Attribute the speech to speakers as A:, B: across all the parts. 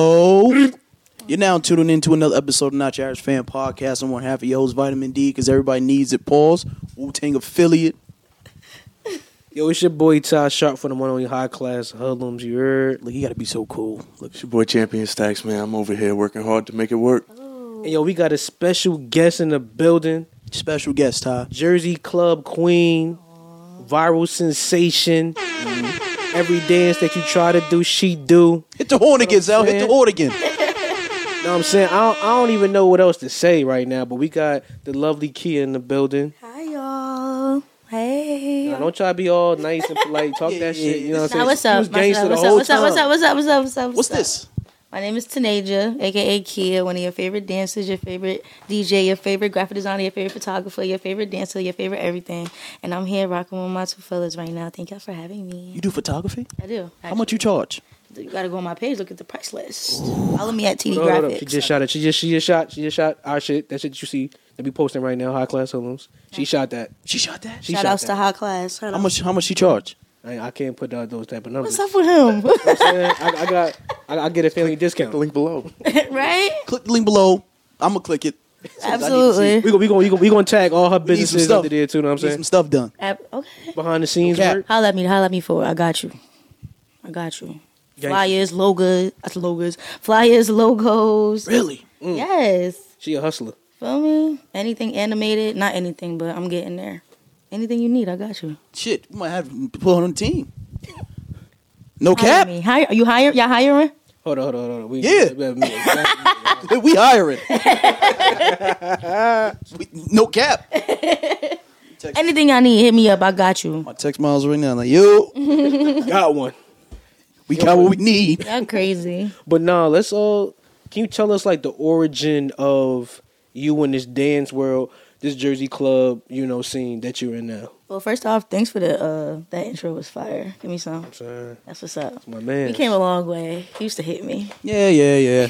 A: Yo, you're now tuning into another episode of Not Your Average Fan Podcast. I'm one half of your host, Vitamin D, because everybody needs it. Pause. Wu Tang affiliate.
B: Yo, it's your boy Ty Sharp from the one on your high class hoodlums. You heard?
A: Look, you got to be so cool. Look,
C: It's your boy Champion Stacks, man. I'm over here working hard to make it work.
B: And yo, we got a special guest in the building.
A: special guest, Ty.
B: Jersey Club Queen, viral sensation. Mm-hmm. Every dance that you try to do, she do.
A: Hit the horn again, Zell. Hit the
B: saying?
A: horn again.
B: You know what I'm saying? I don't, I don't even know what else to say right now, but we got the lovely Kia in the building.
D: Hi y'all. Hey.
B: Now, don't try to be all nice and polite. Talk that shit. You know what I'm saying?
D: Nah, what's
B: She
D: up?
B: was
D: What's up?
B: gangster the
D: What's up?
B: whole
D: What's up? What's
B: time.
D: up? What's up? What's up? What's up?
A: What's
D: up?
A: this?
D: My name is Tanaja, aka Kia, one of your favorite dancers, your favorite DJ, your favorite graphic designer, your favorite photographer, your favorite dancer, your favorite everything. And I'm here rocking with my two fellas right now. Thank y'all for having me.
A: You do photography?
D: I do.
A: How much you charge?
D: actually. You gotta go on my page, look at the price list. Follow me at TD
B: Hold up, hold up. She
D: Graphics.
B: just shot it. She just she just shot she just shot our shit. That shit that you see that we posting right now, high class hoodlums. She shot that.
A: She shot that.
B: She
D: Shout
B: shot
D: outs
B: that.
D: to High Class. Shout
A: How
D: out-
A: much? How much she charge?
B: I, I can't put out those type of numbers.
D: What's up with him?
B: You know what I'm saying? I, I got I, I get a family discount.
C: The link below.
D: right?
A: Click the link below. I'm gonna click it.
B: We
D: Absolutely.
B: gonna we gonna we gonna, we gonna tag all
A: We need
B: her
A: some
B: businesses
A: stuff.
B: under there too. Know what
A: We
B: I'm
A: need
B: saying
A: some stuff done.
D: Ab- okay.
B: behind the scenes
A: Okay.
B: work.
D: Holla at me. Holla at me for it. I got you. I got you.
B: Gangsta.
D: Flyers, logos, that's logos. Flyers, logos.
A: Really?
D: Yes.
B: She a hustler.
D: Feel me? Anything animated? Not anything, but I'm getting there. Anything you need, I got you.
A: Shit, we might have to put her on the team. No
D: Hire
A: cap.
D: me. Hire, are you hire? Y'all hiring?
B: Hold on, hold on, hold on. We,
A: Yeah.
B: we- we-
A: we hiring. We- no cap.
D: Anything I need, hit me up. I got you.
A: My text miles right now. Like, yo,
B: we got one.
A: we got what we need.
D: Y'all crazy.
B: But nah, let's all. Can you tell us like the origin of you in this dance world, this Jersey club, you know, scene that you're in now?
D: Well, first off, thanks for the uh that intro was fire. Give me some.
B: Son,
D: That's what's up.
B: My man.
D: We came a long way. He used to hit me.
A: Yeah, yeah, yeah.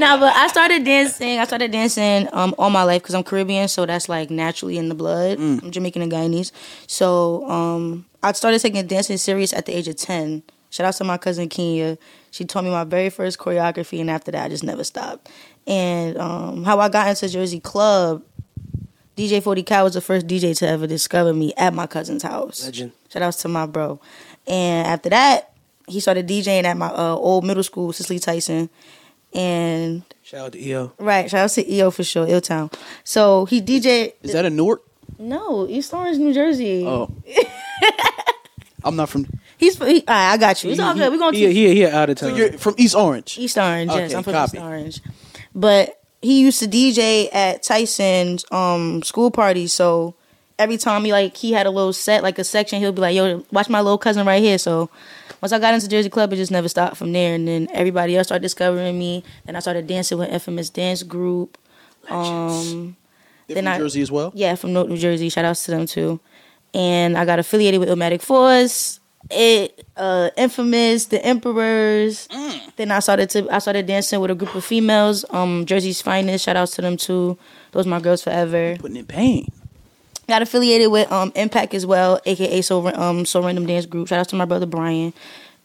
D: nah, but I started dancing. I started dancing um all my life because I'm Caribbean, so that's like naturally in the blood. I'm Jamaican and Guyanese, so um I started taking dancing serious at the age of ten. Shout out to my cousin Kenya. She taught me my very first choreography, and after that, I just never stopped. And um, how I got into Jersey Club, DJ 40 Cow was the first DJ to ever discover me at my cousin's house.
B: Legend.
D: Shout outs to my bro. And after that, he started DJing at my uh, old middle school, Cicely Tyson. And
B: Shout out to
A: E
B: EO.
D: right, shout out to EO for sure, Ill Town. So he DJ.
A: Is that a Newark?
D: No, East Orange, New Jersey.
A: Oh. I'm not from.
D: He's he, all right, I got you. It's all good. We're gonna
B: He
D: keep
B: he he out of
A: So
B: town.
A: you're from East Orange.
D: East Orange. yes,
A: E Okay,
D: I'm from
A: copy.
D: East Orange. But he used to DJ at Tyson's um school party, so every time he like he had a little set, like a section, he'll be like, "Yo, watch my little cousin right here." So once I got into Jersey Club, it just never stopped from there. And then everybody else started discovering me, and I started dancing with Infamous Dance Group. Um,
A: They're
D: then
A: from
D: I-
A: Jersey as well.
D: yeah, from Newark, New Jersey. Shout outs to them too. And I got affiliated with Illmatic Force, it uh infamous, the Emperors. Then I started to I started dancing with a group of females, um, Jersey's finest, shout outs to them too. Those my girls forever.
A: Putting in pain.
D: Got affiliated with um Impact as well, aka So um So Random Dance Group. Shout out to my brother Brian.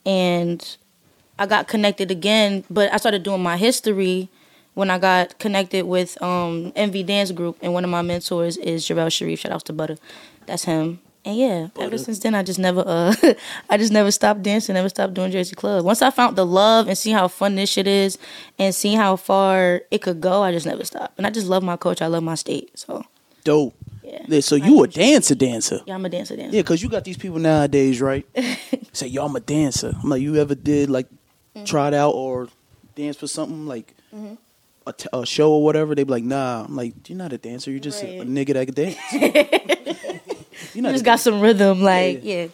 D: And I got connected again, but I started doing my history when I got connected with um MV Dance Group and one of my mentors is Jarrell Sharif. Shout out to Butter. That's him. And yeah, ever since then I just never uh I just never stopped dancing, never stopped doing Jersey Club. Once I found the love and seeing how fun this shit is and seeing how far it could go, I just never stopped. And I just love my coach, I love my state. So
A: Dope.
D: yeah.
A: Yeah, So
D: I
A: you a
D: appreciate it.
A: dancer, dancer.
D: Yeah, I'm a dancer dancer.
A: Yeah, because you got these people nowadays, right? Say, yo, I'm a dancer. I'm like, you ever did like
D: Mm-hmm.
A: tried out or dance for something like a, t- a show or whatever? They be like, nah. I'm like, you're not a dancer. You're just a, a
D: Right.
A: nigga that can dance. you
D: You
A: not.
D: just
A: a-
D: got some rhythm, like yeah.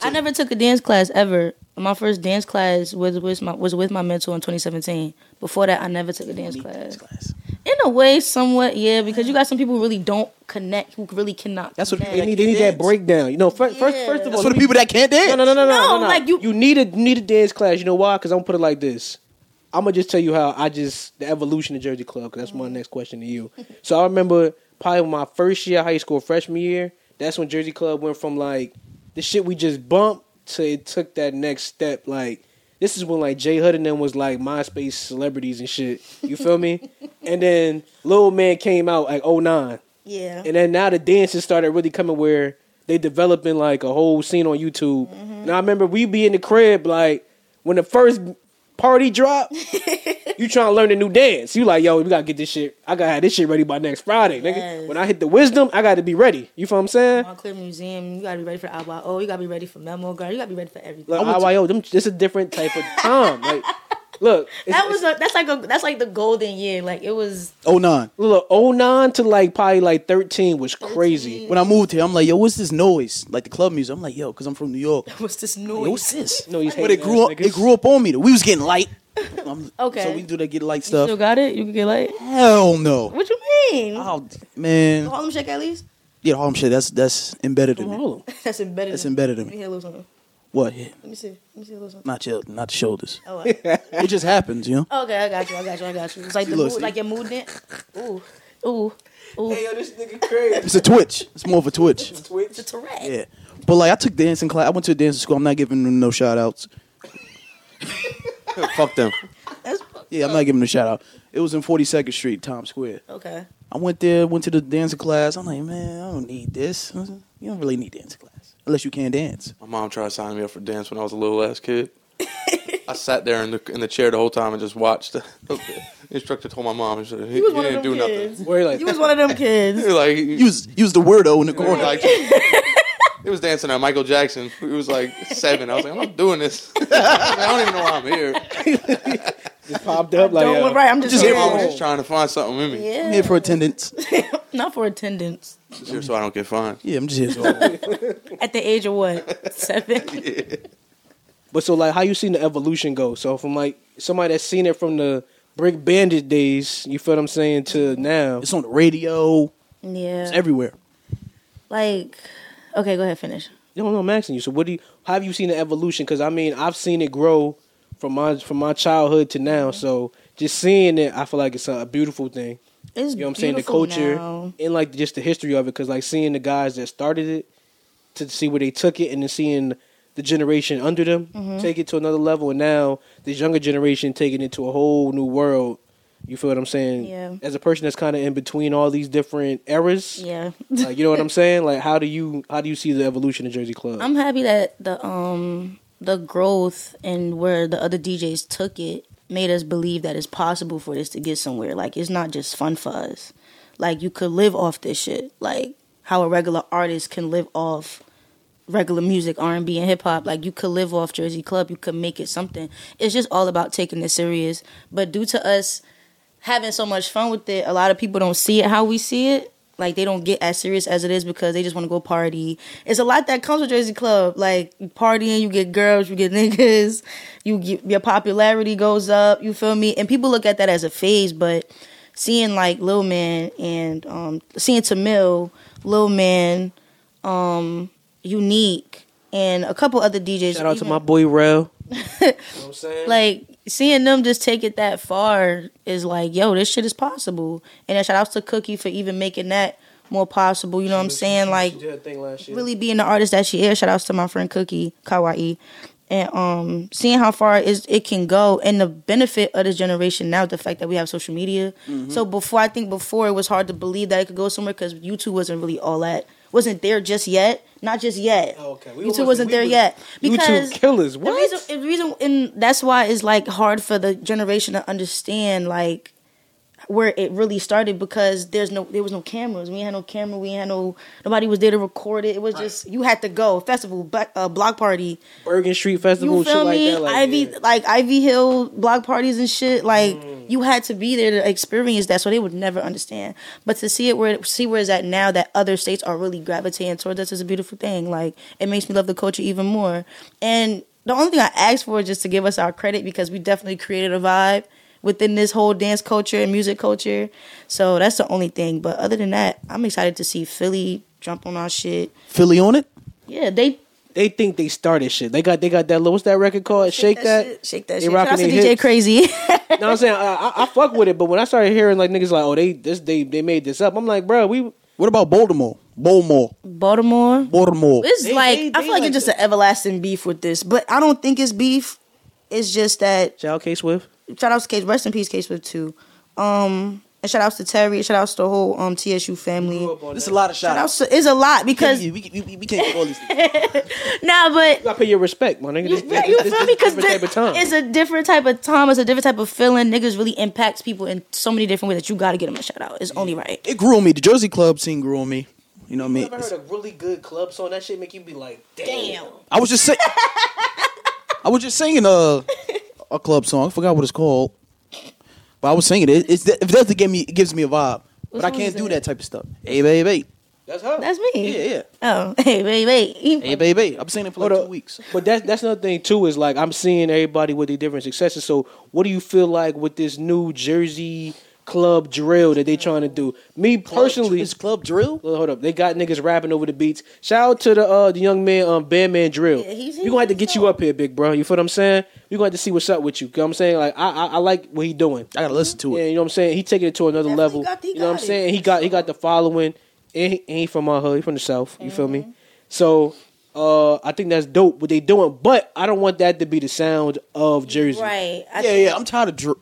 D: I never took a dance class ever. My first dance class was with my was with my mentor in 2017. Before that, I never took a dance class.
A: class.
D: In a way, somewhat, yeah, because you got some people who really don't connect, who really cannot.
A: That's what
D: connect.
B: They
A: people
B: need, they need that breakdown. You know, first, first,
D: Yeah.
B: first of all,
A: That's for the
B: let me-
A: people that can't dance.
B: No, no, no, no, no,
D: No,
B: no, no.
D: like,
B: you,
D: you-
B: need a need a dance class. You know why? Because I'm gonna put it like this. I'm gonna just tell you how I just the evolution of Jersey Club. Because that's
D: Mm-hmm.
B: my next question to you. So I remember probably my first year of high school, freshman year. That's when Jersey Club went from like the shit we just bumped to it took that next step. Like This is when like Jay Hud and them was like MySpace celebrities and shit. You feel me? And then Lil Man came out like 09.
D: Yeah.
B: And then now the dances started really coming where they developing like a whole scene on YouTube. And I remember we be in the crib like when the first party dropped, you trying to learn a new dance. You like, yo, we gotta get this shit. I gotta have this shit ready by next Friday, nigga.
D: Yes.
B: When I hit the wisdom, I gotta be ready. You feel what I'm saying?
D: Cleveland Museum, you gotta be ready for IYO, you gotta be ready for Memo Guard, you gotta be ready for everything.
B: Like, IYO, them, this is a different type of time. like, look, it's,
D: that was a, that's like a that's like the golden year. Like it was
A: Oh nine.
B: it's, look, 09 to like probably like 13 was crazy.
A: When I moved here, I'm like, yo, what's this noise? Like the club music. I'm like, yo, because I'm from New York.
D: what's this
A: Yo, what's
D: noise?
A: this?
B: No, he's
A: But it
B: hating
A: grew
B: ass
A: up. It
B: niggas.
A: grew up on me. Though. We was getting light. I'm-
D: Okay.
A: So we do that get light
D: You still
A: stuff.
D: got it? You can get like
A: Hell no.
D: what you mean?
A: Oh man.
D: Harlem Shake at least?
A: Yeah, Harlem Shake. That's that's embedded
D: Oh,
A: in me.
B: Hold on.
D: That's embedded.
A: That's embedded in
D: Let me
A: me.
D: hear a little something.
A: What? Yeah,
D: Let me see. Let me see a little something.
A: Not your, not the shoulders.
D: Oh, wow. okay, Oh,
A: It just happens, you know.
D: I got you. I got you. I got you. It's like the
A: Look,
D: mood,
A: see.
D: like your mood dance. Ooh, ooh, ooh.
B: yo, this nigga crazy.
A: It's a twitch. It's more of a twitch.
D: it's a Tourette.
A: Yeah. But like I took dancing class. I went to a dancing school. I'm not giving them no shout outs.
C: Fuck them.
D: That's
A: Yeah, I'm not giving them a shout out. It was in 42nd Street, Times Square.
D: okay.
A: I went there, went to the dancing class. I'm like, man, I don't need this. You don't really need dancing class unless you can dance.
C: My mom tried to sign me up for dance when I was a little ass kid. I sat there in the in the chair the whole time and just watched. the instructor told my mom, he, said, he,
D: You was
C: he
D: one of
C: didn't
D: them
C: do
D: kids.
C: nothing.
B: Where like,
D: You was one of them kids.
C: Like,
A: You was, you was the weirdo in the
C: Or
A: corner.
C: like he was dancing at Michael Jackson. He was like seven. I was like, I'm not doing this. I don't even know why I'm here.
B: just popped up like,
D: Don't
B: yo.
D: right. I'm just,
C: Just
D: here.
C: here, I was just trying to find something in me.
A: I'm
D: Yeah.
A: here for attendance.
D: Not for attendance.
C: Just here so I don't get fined.
A: Yeah, I'm just here. So
D: At the age of what? Seven?
B: But so like how you seen the evolution go? So from like somebody that's seen it from the Brick Bandit days, you feel what I'm saying, to now.
A: it's on the radio.
D: Yeah.
A: It's everywhere.
D: like, okay, go ahead, finish.
B: No, no, I'm asking you. So what do you how have you seen the evolution? Because I mean I've seen it grow from my from my childhood to now. So just seeing it, I feel like it's a, a beautiful thing.
D: It's
B: You know what I'm saying? The
D: beautiful
B: culture
D: now.
B: and like just the history of it. Because like seeing the guys that started it to see where they took it, and then seeing the generation under them
D: Mm-hmm.
B: take it to another level, and now this younger generation taking it to a whole new world. You feel what I'm saying?
D: Yeah.
B: As a person that's kind of in between all these different eras,
D: Yeah.
B: like you know what I'm saying? Like how do you how do you see the evolution of Jersey Club?
D: I'm happy that the um the growth and where the other DJs took it made us believe that it's possible for this to get somewhere. Like it's not just fun for us. Like you could live off this shit. Like how a regular artist can live off regular music, R and B and hip hop. Like you could live off Jersey Club. You could make it something. It's just all about taking it serious. But due to us having so much fun with it, a lot of people don't see it how we see it. Like they don't get as serious as it is because they just want to go party. It's a lot that comes with Jersey Club. Like you partying, you get girls, you get niggas, you get, your popularity goes up. You feel me? And people look at that as a phase, but seeing like Lil Man and um, seeing Tamil, Lil Man, um, Unique, and a couple other DJs.
B: Shout out to
D: even-
B: my boy Rel. you know what I'm saying?
D: like seeing them just take it that far is like, yo, this shit is possible. And then shout outs to Cookie for even making that more possible. You know what I'm saying? Like really being the artist that she is. Shout outs to my friend Cookie Kawaii. And um, seeing how far it, is, it can go, and the benefit of this generation now, is the fact that we have social media.
B: Mm-hmm.
D: So before, I think before it was hard to believe that it could go somewhere because YouTube wasn't really all that, wasn't there just yet, not just yet.
B: Oh, okay. We
D: YouTube
B: was-
D: wasn't
B: we
D: there
B: was-
D: yet
B: YouTube killers. What?
D: the reason, the reason, and that's why it's like hard for the generation to understand like where it really started because there's no, there was no cameras. We ain't had no camera. We ain't had no nobody was there to record it. It was just you had to go festival, but uh, block party.
B: Bergen Street Festival,
D: You feel
B: shit
D: me?
B: like that. Like,
D: Ivy
B: yeah. Mm.
D: like Ivy Hill block parties and shit. Like you had to be there to experience that, so they would never understand. But to see it where see where it's at now, that other states are really gravitating towards us is a beautiful thing. Like it makes me love the culture even more. And the only thing I ask for is just to give us our credit because we definitely created a vibe within this whole dance culture and music culture. So that's the only thing. But other than that, I'm excited to see Philly jump on our shit.
A: Philly on it.
D: Yeah, they
B: They think they started shit. They got they got that. little- What's that record called? Shake, that.
D: shit, shake that
B: They
D: shit. Shout
B: rocking
D: out to
B: their
D: DJ
B: hips.
D: Crazy.
B: No, I'm saying I, I, I fuck with it, but when I started hearing like niggas like, oh they this they they made this up. I'm like, bro, we
A: What about Baltimore? Baltimore.
D: Baltimore.
A: Baltimore.
D: It's
B: They-
D: like
B: they-
D: I
B: they
D: feel like,
B: like
D: it's just
B: that.
D: an everlasting beef with this, but I don't think it's beef. It's just that
B: Shout out K Swift.
D: shout outs to Case, rest in peace, Case with two. Um, and shout outs to Terry. Shout outs to the whole um TSU family.
A: There's a lot of
D: Shout
A: shout outs.
D: outs to, is a lot because
A: Because we, we, we, we can't get all these. Things.
D: nah, but
B: You gotta pay your respect, my nigga. This-
D: you, feel-
B: this-
D: you
B: this-
D: feel
B: this
D: me?
B: is
D: Because
B: different type of time.
D: it's a different type of time. It's a different type of feeling. Niggas really impacts people in so many different ways that you got to get them a shout out. It's only right.
A: It grew on me. The Jersey club scene grew on me. You know what I mean?
B: Never heard a really good club song. That shit make you be like, damn.
A: I was just saying. I was just singing a a club song. I forgot what it's called, but I was singing it. It's if that's to give me, it gives me a vibe.
D: What
A: but I
D: song
A: can't
D: is
A: do
D: it?
A: that type of stuff. Hey, baby,
B: That's her.
D: That's
A: yeah,
D: me.
A: yeah.
D: Oh, hey, wait, wait.
A: Hey, baby, I'm singing it for like
B: Hold
A: two
B: up.
A: weeks.
B: But that's that's another thing too is like I'm seeing everybody with their different successes. So what do you feel like with this new Jersey club drill that they trying to do? Me personally,
A: it's club drill.
B: Well, hold up. They got niggas rapping over the beats. Shout out to the uh, the young man, um, Bandman Drill.
D: Yeah, he's-
B: we gonna have to get you
D: he's-
B: up here, big bro. You feel what I'm saying? We gonna have to see what's up with you. 'Cause I'm saying like I, I I like what he doing.
A: I gotta listen to
B: Yeah,
A: it.
B: you know what I'm saying. He taking it to another
D: Definitely
B: level.
D: got- he
B: you know what I'm
D: got it.
B: saying. He got he got the following. And he, and he from my hood. He from the south. You feel
D: Mm-hmm.
B: me? So uh, I think that's dope what they doing. But I don't want that to be the sound of Jersey.
D: Right. I
A: Yeah,
D: think-
A: yeah. I'm tired of drill.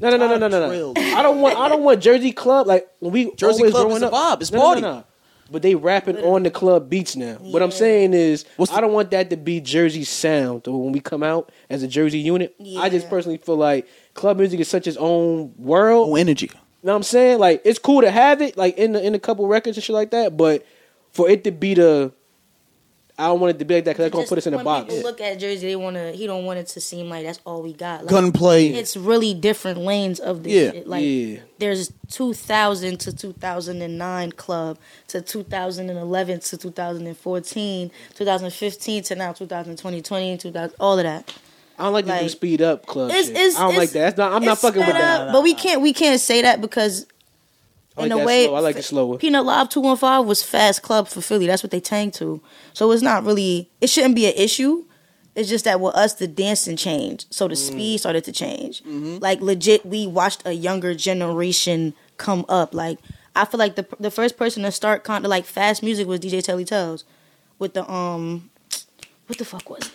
B: No, no, no, no, no, no,
A: Drill.
B: no. I don't want. I don't want Jersey Club. Like when we
A: Jersey
B: always
A: Club
B: growing
A: is a
B: up.
A: vibe. It's
B: no, no,
A: party.
B: No, no, But they rapping on the club beats now. What I'm
D: Yeah.
B: saying is,
A: What's the-
B: I don't want that to be Jersey sound. Or when we come out as a Jersey unit, I just
D: Yeah.
B: personally feel like club music is such its own world.
A: Oh, energy.
B: You know what I'm saying? Like it's cool to have it, like in the, in a couple records and shit like that. But for it to be the, I don't want it to be like that because that's gonna
D: Just
B: put us in a
D: when
B: box.
D: People look at Jersey. They wanna. He don't want it to seem like that's all we got. Like,
A: Gunplay.
D: It's really different lanes of this.
A: Yeah,
D: shit. Like
B: yeah.
D: there's 2000 to 2009 club to 2011 to 2014, 2015 to now 2020, 2000, all of that.
B: I don't like, the new
D: like-
B: speed up club.
D: It's,
B: shit.
D: it's,
B: I don't like
D: it's-
B: that. That's not. I'm not
D: it's
B: fucking with
D: sped
B: that.
D: up, But we can't we can't say that because
B: I like
D: in a
B: that
D: way,
B: slow. I like it slower.
D: Peanut Live two one five was fast club for Philly. That's what they tanked to. So it's not really. It shouldn't be an issue. It's just that with us, the dancing changed, so the
B: Mm.
D: speed started to change.
B: Mm-hmm.
D: Like legit, we watched a younger generation come up. Like I feel like the the first person to start kind of like fast music was DJ Telly Tells, with the um, what the fuck was it?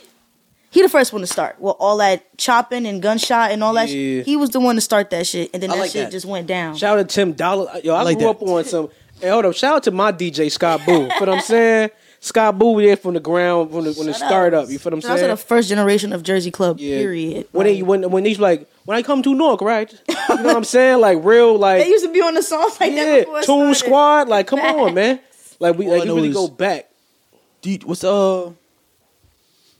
D: He the first one to start with all that chopping and gunshot and all that.
B: Yeah.
D: Shit. He was the one to start that shit, and then
A: I
D: that
A: like
D: shit
A: that.
D: just went down.
B: Shout out to Tim Dollar. Yo, I,
A: like
B: grew
A: that.
B: up on some. Hey, hold up. Shout out to my DJ Scott Boo. You feel what I'm saying? Scott Boo there from the ground from the when the start up. You feel what I'm
D: Shout out
B: saying?
D: to the first generation of Jersey Club.
B: Yeah.
D: Period.
B: When
D: Like,
B: they when when he's like when I come to Newark, right? You know what I'm saying? Like real like
D: they used to be on the songs like that
B: yeah,
D: before. it
B: Toon
D: started.
B: Squad. Like come on, man. Like we
A: All I
B: like we
A: know
B: really
A: is-
B: go back.
A: Do you- what's uh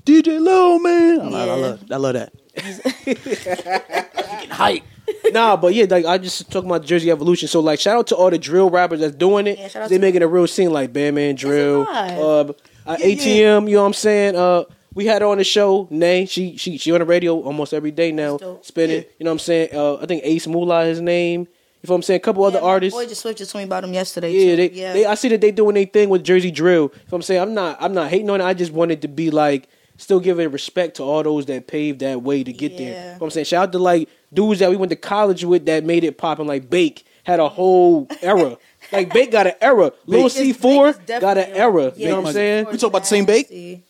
A: DJ Low man? I, I
D: Yeah.
A: love I love that.
B: nah, but yeah, like I just talking about Jersey Evolution. So like, shout out to all the drill rappers that's doing it.
D: Yeah, shout out
B: they
D: to-
B: making a real scene like Bandman Drill, uh,
D: vibe.
B: uh,
A: Yeah, yeah.
B: ATM. You know what I'm saying? Uh, we had her on the show. Nay, she she she on the radio almost every day now,
D: That's dope.
B: spinning. You know what I'm saying? Uh, I think Ace Moolah his name. You know what I'm saying? A couple
D: Yeah,
B: other
D: my
B: artists.
D: Boy just switched just told me about them yesterday.
B: Yeah,
D: too.
B: they, they I see that they doing their thing with Jersey Drill. You know what I'm saying I'm not I'm not hating on it. I just wanted to be like still giving respect to all those that paved that way to get there. You
D: Yeah.
B: know what I'm saying shout out to like dudes that we went to college with that made it pop and like Bake had a whole era. like Bake got an era. Lil
D: Bake
B: C
D: is-
B: four
D: Bake is
B: got an
D: definitely on-
B: era. You
D: yeah,
B: know what I'm
A: Bake
B: saying?
A: is- We talk about the same bake?
D: Nasty.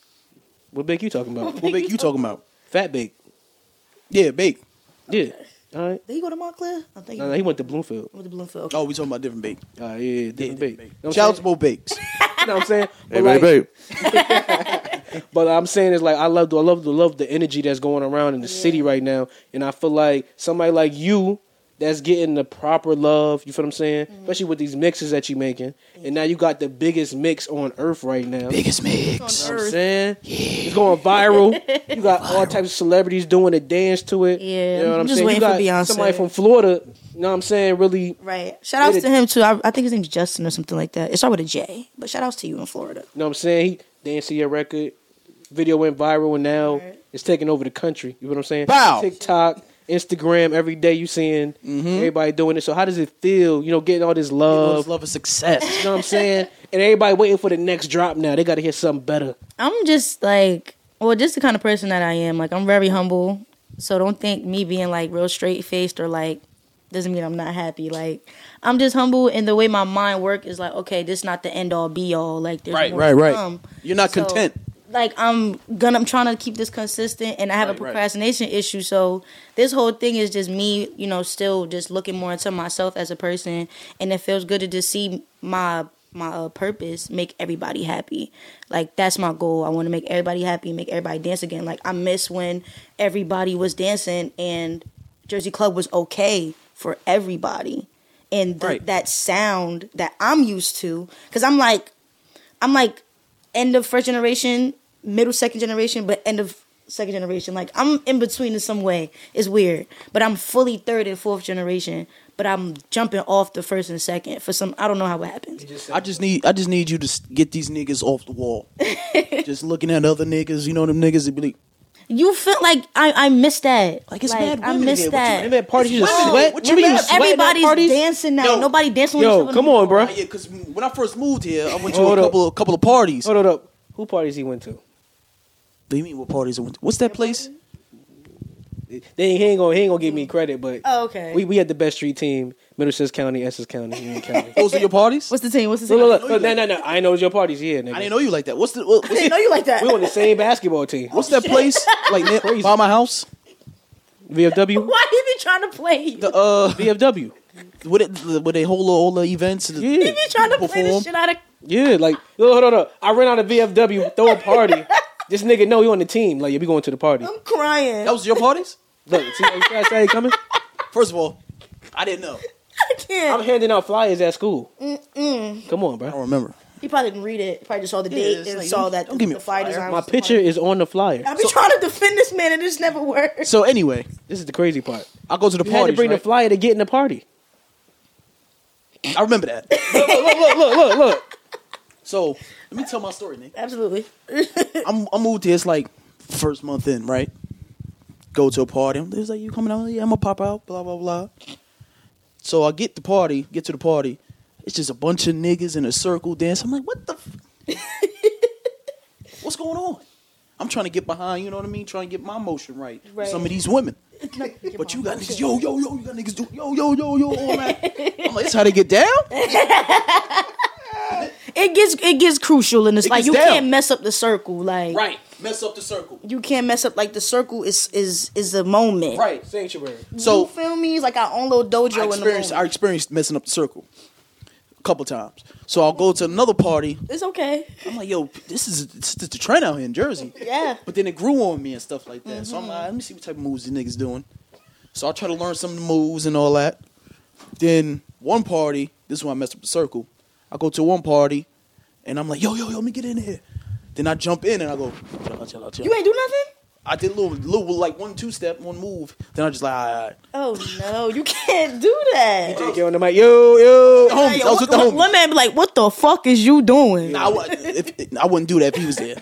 B: What Bake you talking about?
A: What bake you talking about?
B: Fat Bake.
A: Yeah, bake.
B: Yeah. All right.
D: Did he go to Montclair? I think
B: No, no,
D: he
B: he went to Bloomfield.
D: went to Bloomfield. Okay.
A: Oh, we talking about different bake.
B: All right, yeah, yeah, different
A: different
B: Bake. You know what
A: Shout
B: I'm
A: out to both bakes.
B: saying? You know what I'm saying? But
C: Hey,
B: like-
C: babe.
B: But I'm saying is like I love the I love the love the energy that's going around in the city right now, and I feel like somebody like you that's getting the proper love. You feel what I'm saying?
D: Mm-hmm.
B: Especially with these mixes that you making, and now you got the biggest mix on earth right now. You
A: Biggest mix.
B: know what I'm saying it's going viral. You got all types of celebrities doing a dance to it.
D: Yeah.
B: you know what I'm,
D: I'm just
B: saying.
D: waiting
B: you
D: for
B: got
D: Beyonce.
B: somebody from Florida. You know what I'm saying? Really, you
D: Right. Shout outs
B: Did it-
D: to him too. I, I think his name's Justin or something like that. It started with a J. But shout outs to you in Florida.
B: know what I'm saying? He danced to your record. Video went viral, and now
D: Right.
B: it's taking over the country. You know what I'm saying?
A: Bow.
B: TikTok, Instagram, every day you seeing everybody doing it. So how does it feel? You know, getting all this love.
A: Love, love and success.
B: You know what I'm saying? and everybody waiting for the next drop now. They got to hear something better.
D: I'm just like, well, just the kind of person that I am. Like, I'm very humble. So don't think me being like real straight faced or like doesn't mean I'm not happy. Like, I'm just humble, and the way my mind work is like, okay, this not the end all be all. Like, there's
A: Right,
D: more
A: right,
D: to
A: right.
D: come.
A: You're not
D: So-
A: content.
D: like I'm gonna I'm trying to keep this consistent and I have a
A: Right, right.
D: procrastination issue. So this whole thing is just me, you know, still just looking more into myself as a person and it feels good to just see my my uh, purpose make everybody happy. Like that's my goal. I want to make everybody happy, make everybody dance again. Like I miss when everybody was dancing and Jersey Club was okay for everybody. And the,
A: Right.
D: that sound that I'm used to cuz I'm like I'm like end of first generation, middle second generation, but end of second generation. Like I'm in between in some way. It's weird, but I'm fully third and fourth generation. But I'm jumping off the first and second for some. I don't know how it happens.
A: I just need I just need you to s- get these niggas off the wall. just looking at other niggas, you know them niggas that be like,
D: You feel like I I miss that.
A: Like, it's mad
D: I
A: women
D: miss
A: there with
D: that.
A: you.
B: Remember at parties you just
A: Women,
B: sweat?
A: what you
B: Remember
A: mean?
B: sweat at
D: Everybody's
B: parties?
D: dancing now.
A: Yo,
D: Nobody dancing. with each
B: Yo,
D: other.
B: come on, bro.
A: oh, yeah, because when I first moved here, I went to
B: Hold
A: a
B: up.
A: couple of, couple of parties.
B: Hold it up. Who parties he went to?
A: What do you mean what parties I went to? What's that place?
B: They he ain't gonna he ain't gonna give me credit, but
D: Oh, okay.
B: we we had the best street team, Middlesex County, Essex County, Union County.
A: Those are your parties?
D: What's the team? What's the
B: Look,
D: team?
B: look, look, look, no, no, no. I ain't know it was your parties here, nigga.
A: I didn't know you like that. What's the what,
D: I didn't know you like that.
B: We were on the same basketball team.
A: what's that place? Like near-
B: Crazy.
A: by my house?
B: VFW?
D: Why he be trying to play you?
A: The uh
B: VFW.
A: with it with they hold all the events and the-
D: he
B: Yeah.
D: be trying to play the
A: perform.
D: shit out of.
B: Yeah, like yo, hold on, hold on. I ran out of VFW, throw a party. this nigga know you on the team. Like, yeah, we going to the party.
D: I'm crying.
A: That was your parties?
B: Look, see how you guys say coming?
A: First of all, I didn't know.
D: I
B: I'm
D: can't.
B: handing out flyers at school.
D: Mm-mm.
B: Come on,
A: I
B: bro.
A: don't remember.
D: He probably didn't read it. Probably just saw the
A: Yeah,
D: date
A: it's
D: and
A: like,
D: saw
A: don't-
D: that
A: don't
D: the,
A: give me
D: the
A: a
D: fire
A: flyer.
D: design.
B: My
D: was the
B: picture
D: one.
B: is on the flyer.
D: I be trying to defend this man and this never works.
A: So anyway,
B: This is the crazy part.
A: I go to the
B: You had to
A: parties.
B: bring the
A: right?
B: flyer to get in the party.
A: I remember that.
B: Look, look, look, look, look, look.
A: So let me tell my story, Nick.
D: Absolutely.
A: I'm I moved here. It's like first month in, right? Go to a party. They was like, "You coming out? Yeah, I'm gonna pop out." Blah blah blah. So I get the party, get to the party. It's just a bunch of niggas in a circle dance. I'm like, "What the? f- What's going on?" I'm trying to get behind. You know what I mean? Trying to get my motion right. with
D: Right.
A: Some of these women. But you got niggas, yo, yo, yo, you got niggas do yo, yo, yo, yo, all that. I'm like, that's how they get down?
D: It gets it gets crucial in this.
A: It
D: Like
A: gets
D: you
A: down.
D: can't mess up the circle. Like
A: Right. Mess up the circle.
D: you can't mess up. Like the circle is is is the moment.
A: Right.
B: Sanctuary.
D: So you
A: So
D: feel me? It's like our own little dojo
A: I
D: in the moment.
A: experienced I experienced messing up the circle a couple times. So I'll go to another party.
D: it's okay.
A: I'm like, yo, this is this is the trend out here in Jersey.
D: Yeah. Mm-hmm.
A: But then it grew on me and stuff like that. So I'm like, let me see what type of moves these niggas doing. So I try to learn some of the moves and all that. Then one party, this is when I messed up the circle. I go to one party and I'm like, yo, yo, yo, let me get in here. Then I jump in and I go, chill out, chill out, chill
D: You
A: out.
D: ain't do nothing.
A: I did a little, little like one two step, one move. Then I just like, all right, all right.
D: Oh no, you can't do that.
B: Take you on the mic. Yo, yo.
A: The homies, I was with the
D: One-
A: homies.
D: One man be like, "What the fuck is you doing?"
A: Nah, I, would, if, I wouldn't do that if he was there.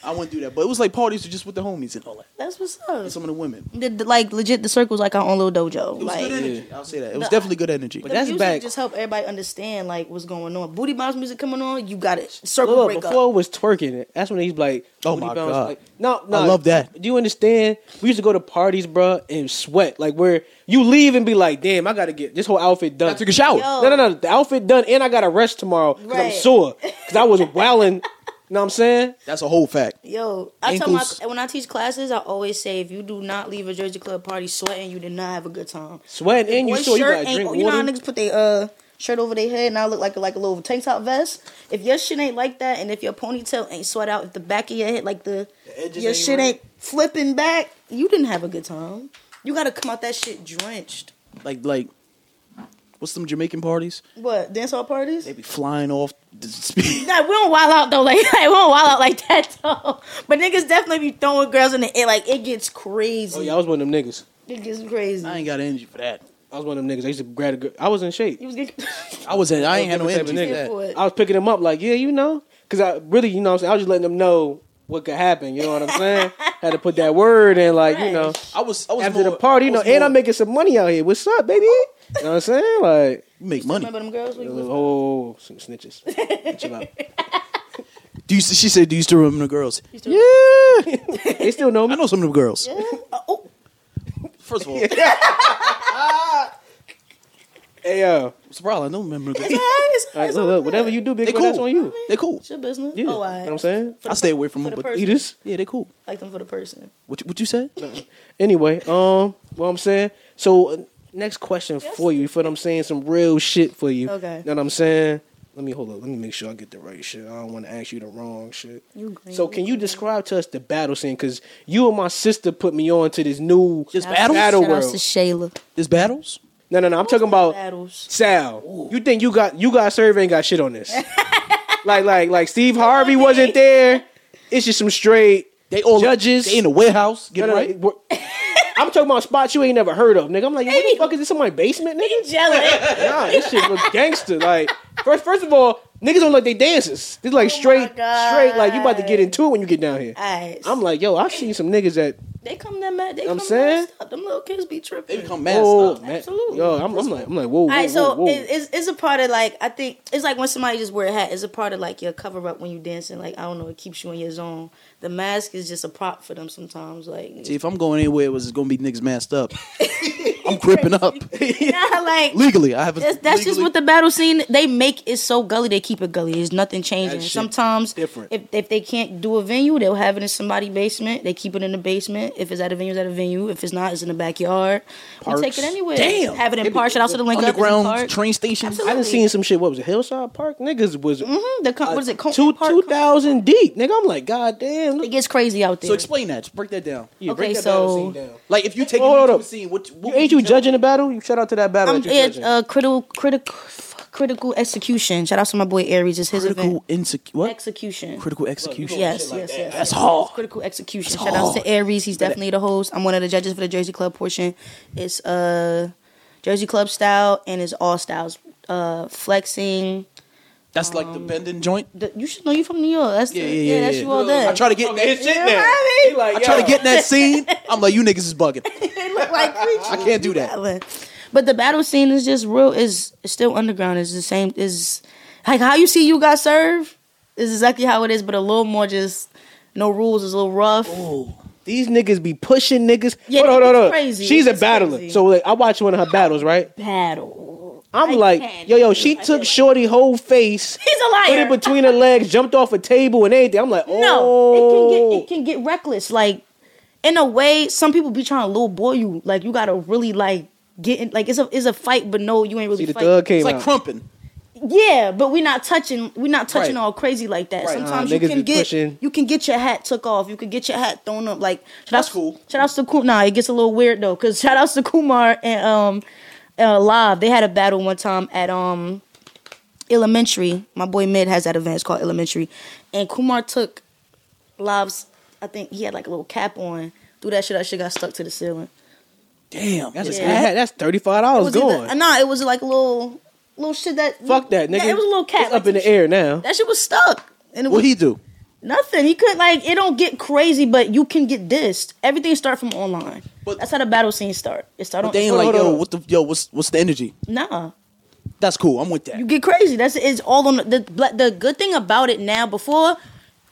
A: I wouldn't do that. But it was like parties just with the homies and all that.
D: That's what's
A: And
D: up.
A: some of the women.
D: The, the- like legit, the circle's like our own little dojo.
A: It was
D: Like
A: good energy. I'll say that. It was definitely good energy.
D: The
B: That's
D: music
B: back-
D: just help everybody understand like what's going on. Booty bounce music coming on, you got it. Circle
B: Look,
D: break
B: before
D: up.
B: it was twerking, that's when he's like,
A: Oh
B: booty
A: my
B: bounce,
A: God.
B: Like, no, no,
A: I love that.
B: Do you understand? We used to go to parties, bro, and sweat like where you leave and be like, damn, I gotta get this whole outfit done.
A: I took a shower.
D: Yo.
B: No, no, no. The outfit done, and I got to rest tomorrow because I'm
D: Right.
B: sore because I was wowing. you know what I'm saying?
A: That's a whole fact.
D: Yo, I tell my
A: Ankles.
D: when I teach classes, I always say if you do not leave a Jersey Club party sweating, you did not have a good time.
B: Sweating and you
D: Boy,
B: sore. You
D: shirt
B: got to
D: ain't-
B: drink
D: You know how
B: water.
D: niggas put their uh, shirt over their head and I look like like a little tank top vest. If your shit ain't like that, and if your ponytail ain't sweat out, if the back of your head like the,
A: The edges
D: your
A: ain't
D: shit
A: right.
D: ain't flipping back, you didn't have a good time. You gotta come out that shit drenched.
A: Like, like, what's some Jamaican parties?
D: What dancehall parties?
A: They be flying off the speed.
D: Nah, we don't wild out though. Like, like we don't wild out like that though. But niggas definitely be throwing girls in the air. Like it gets crazy.
B: oh yeah, I was one of them niggas.
D: It gets crazy.
A: I ain't got energy for that.
B: I was one of them niggas. I used to grab a girl. I was in shape.
D: You was getting
A: I was in, I ain't had no
B: Different
A: energy
B: type
A: for
B: of
D: nigga.
A: that.
D: that.
B: I was picking them up like, yeah, you know, because I really, you know, what I'm saying? I was just letting them know what could happen. You know what I'm saying? Had to put that word in, like, you know,
A: I was, I was
B: after the
A: more-
B: party,
A: I
B: you know,
A: was
B: and
A: more-
B: I'm making some money out here. What's up, baby? You know what I'm saying? Like,
A: You make money.
D: remember them girls? We was,
B: oh, some snitches. Chill out.
A: Do you? She said, "Do you still remember the girls?"
B: Yeah, they still know
A: I
B: me.
A: know some of the girls.
D: yeah. Oh, oh,
A: First of all,
B: Hey yo,
A: What's the problem? I don't remember.
D: It's all
A: That.
D: right, it's all right,
B: Alright,
D: it's
B: look,
D: all
B: look,
D: right.
B: whatever you do, big
A: They
B: boy, that's
A: cool.
B: on you.
A: They cool.
D: It's your business.
B: Yeah,
D: oh, all
B: you
D: right.
B: know what I'm saying?
D: For the
A: I stay
D: per-
A: away from
D: for
A: them,
D: the
A: but
D: person.
B: Eat this.
A: Yeah, they cool.
D: Like them for the person.
A: What you- what you said?
B: Anyway, um, what I'm saying. So uh, next question for you. You feel what I'm saying? Some real shit for you.
D: Okay.
B: Know what I'm saying? Let me hold up. Let me make sure I get the right shit. I don't want to ask you the wrong shit.
D: You green.
B: So can you describe to us the battle scene? Cause you and my sister put me on to this new.
A: Just
D: Shout out-
A: battles?
B: Battle
D: shout outs
B: world.
D: to Shayla.
A: There's battles.
B: No, no, no. I'm talking about
D: battles.
B: Sal. You think you got you got survey and got shit on this? like, like, like Steve Harvey wasn't there. It's just some straight.
A: They all
B: Judges.
A: They in the warehouse. Get
B: No, no,
A: right.
B: no, we're- I'm talking about spots you ain't never heard of, nigga. I'm like, what the fuck is this in my basement, nigga?
D: Jealous.
B: Nah, this shit look gangster. Like, first, first of all, niggas don't look they dances. This like
D: Oh my
B: straight,
D: God.
B: straight. Like you about to get into it when you get down here.
D: Alright.
B: I'm like, yo, I've seen some niggas that
D: They come that mad. They
B: I'm
D: come
B: saying?
D: messed up. Them little kids be tripping.
A: They become mad.
B: oh,
A: Oh,
B: man,
D: Absolutely.
B: yo, I'm, I'm like, I'm like, whoa, whoa,
D: All right,
B: whoa,
D: so
B: whoa.
D: it, it's, it's a part of like I think it's like when somebody just wear a hat. It's a part of like your cover up when you dancing. Like I don't know, it keeps you in your zone. The mask is just a prop for them sometimes. Like
A: See, if I'm going anywhere, it was it's gonna be niggas masked up. I'm cripping up
D: nah, like
A: legally. I have a,
D: that's, that's just
A: legally-
D: what the battle scene they make is so gully. They keep it gully. There's nothing changing.
B: That shit
D: Sometimes
B: different.
D: if if they can't do a venue, they'll have it in somebody's basement. They keep it in the basement. If it's at a venue, it's at a venue. If it's not, it's in the backyard.
B: Parks.
D: We take it anywhere.
A: Damn.
D: have it in park. Shout out to the link up. It's in
A: underground
D: park.
A: train stations.
B: I done seen some shit. What was it, Hillside Park? Niggas was
D: Mhm, the co- what is it? Co-
B: two
D: park-
B: two thousand deep. Nigga, I'm like, god damn.
D: It gets crazy out there.
A: So explain that. Just break that down.
B: Yeah,
D: Okay,
B: break that
D: so-
B: battle scene down.
A: Like if you take
B: Hold
A: me to
B: up.
A: a scene, what, what
B: You,
A: would
B: ain't you
A: judge?
B: judging the battle? You shout out to that battle.
D: Um,
B: that you
D: it's
B: judging.
D: uh, critical, critical, critical execution. Shout out to my boy Aries. It's his event.
A: critical insecure? What
D: Execution.
A: critical execution?
D: Yes, yes, yes.
A: That's
D: yes.
A: hard.
D: Critical execution.
A: That's
D: Shout out
A: hard.
D: to Aries. He's definitely the host. I'm one of the judges for the Jersey Club portion. It's uh, Jersey Club style and it's all styles. Uh, flexing.
A: That's like
D: um,
A: the bending joint.
D: The, you should know you from New York. That's yeah, yeah, that's you all day.
A: I try to get in that shit.
D: You know what I mean?
A: I try to get in that scene. I'm like, you niggas is bugging. I can't do that.
D: Island. But the battle scene is just real. Is is still underground. Is the same. Is like how you see you got served is exactly how it is, but a little more just no rules. It's a little rough.
B: These niggas be pushing niggas.
D: Yeah,
B: hold on, hold
D: it's
B: on.
D: crazy.
B: She's a
D: It's
B: battler.
D: crazy.
B: So like, I watched one of her battles, right?
D: Battle.
B: I'm
D: I
B: like,
D: can't
B: yo, yo,
D: do
B: she
D: it. I feel
B: took
D: like-
B: Shorty whole face,
D: He's a
B: put
D: liar.
B: it between her legs, jumped off a table and everything. I'm like, oh,
D: No, it can get it can get reckless. Like in a way, some people be trying to little boy you. Like you gotta really like get in. Like it's a it's a fight, but no, you ain't really
B: oh. See, the
D: fighting.
B: thug came
A: It's like
B: out.
A: crumping.
D: Yeah, but we're not touching. We're not touching
A: Right.
D: all crazy like that.
A: Right.
D: Sometimes
B: Nah,
D: you
B: niggas
D: can
B: be
D: get
B: pushing.
D: you can get your hat took off. You can get your hat thrown up. Like shout
A: That's
D: outs-
A: cool.
D: Shout outs to Kumar. Nah, it gets a little weird though. Cause shout outs to Kumar and um uh, live. They had a battle one time at um elementary. My boy Mid has that event. It's called elementary, and Kumar took live's. I think he had like a little cap on. Do that shit. That shit got stuck to the ceiling.
A: Damn, that's
D: Yeah.
A: a hat.
B: that's thirty five dollars
D: it was
B: gone.
D: either- Nah, it was like a little little shit that.
B: Fuck that, nigga.
D: Yeah, it was a little cap
B: It's up
D: like
B: in
D: some
B: the air now.
D: that shit was stuck. And it was
A: What he do?
D: nothing. He could like it don't get crazy, but you can get dissed. Everything start from online.
A: But-
D: That's how the battle scene start. It start on
A: They ain't
B: hold
A: like,
B: on, hold
A: yo,
B: on.
A: what the, yo, what's, what's the energy?
D: nah.
A: That's cool. I'm with that.
D: You get crazy. That's it's all on the, the the good thing about it now. Before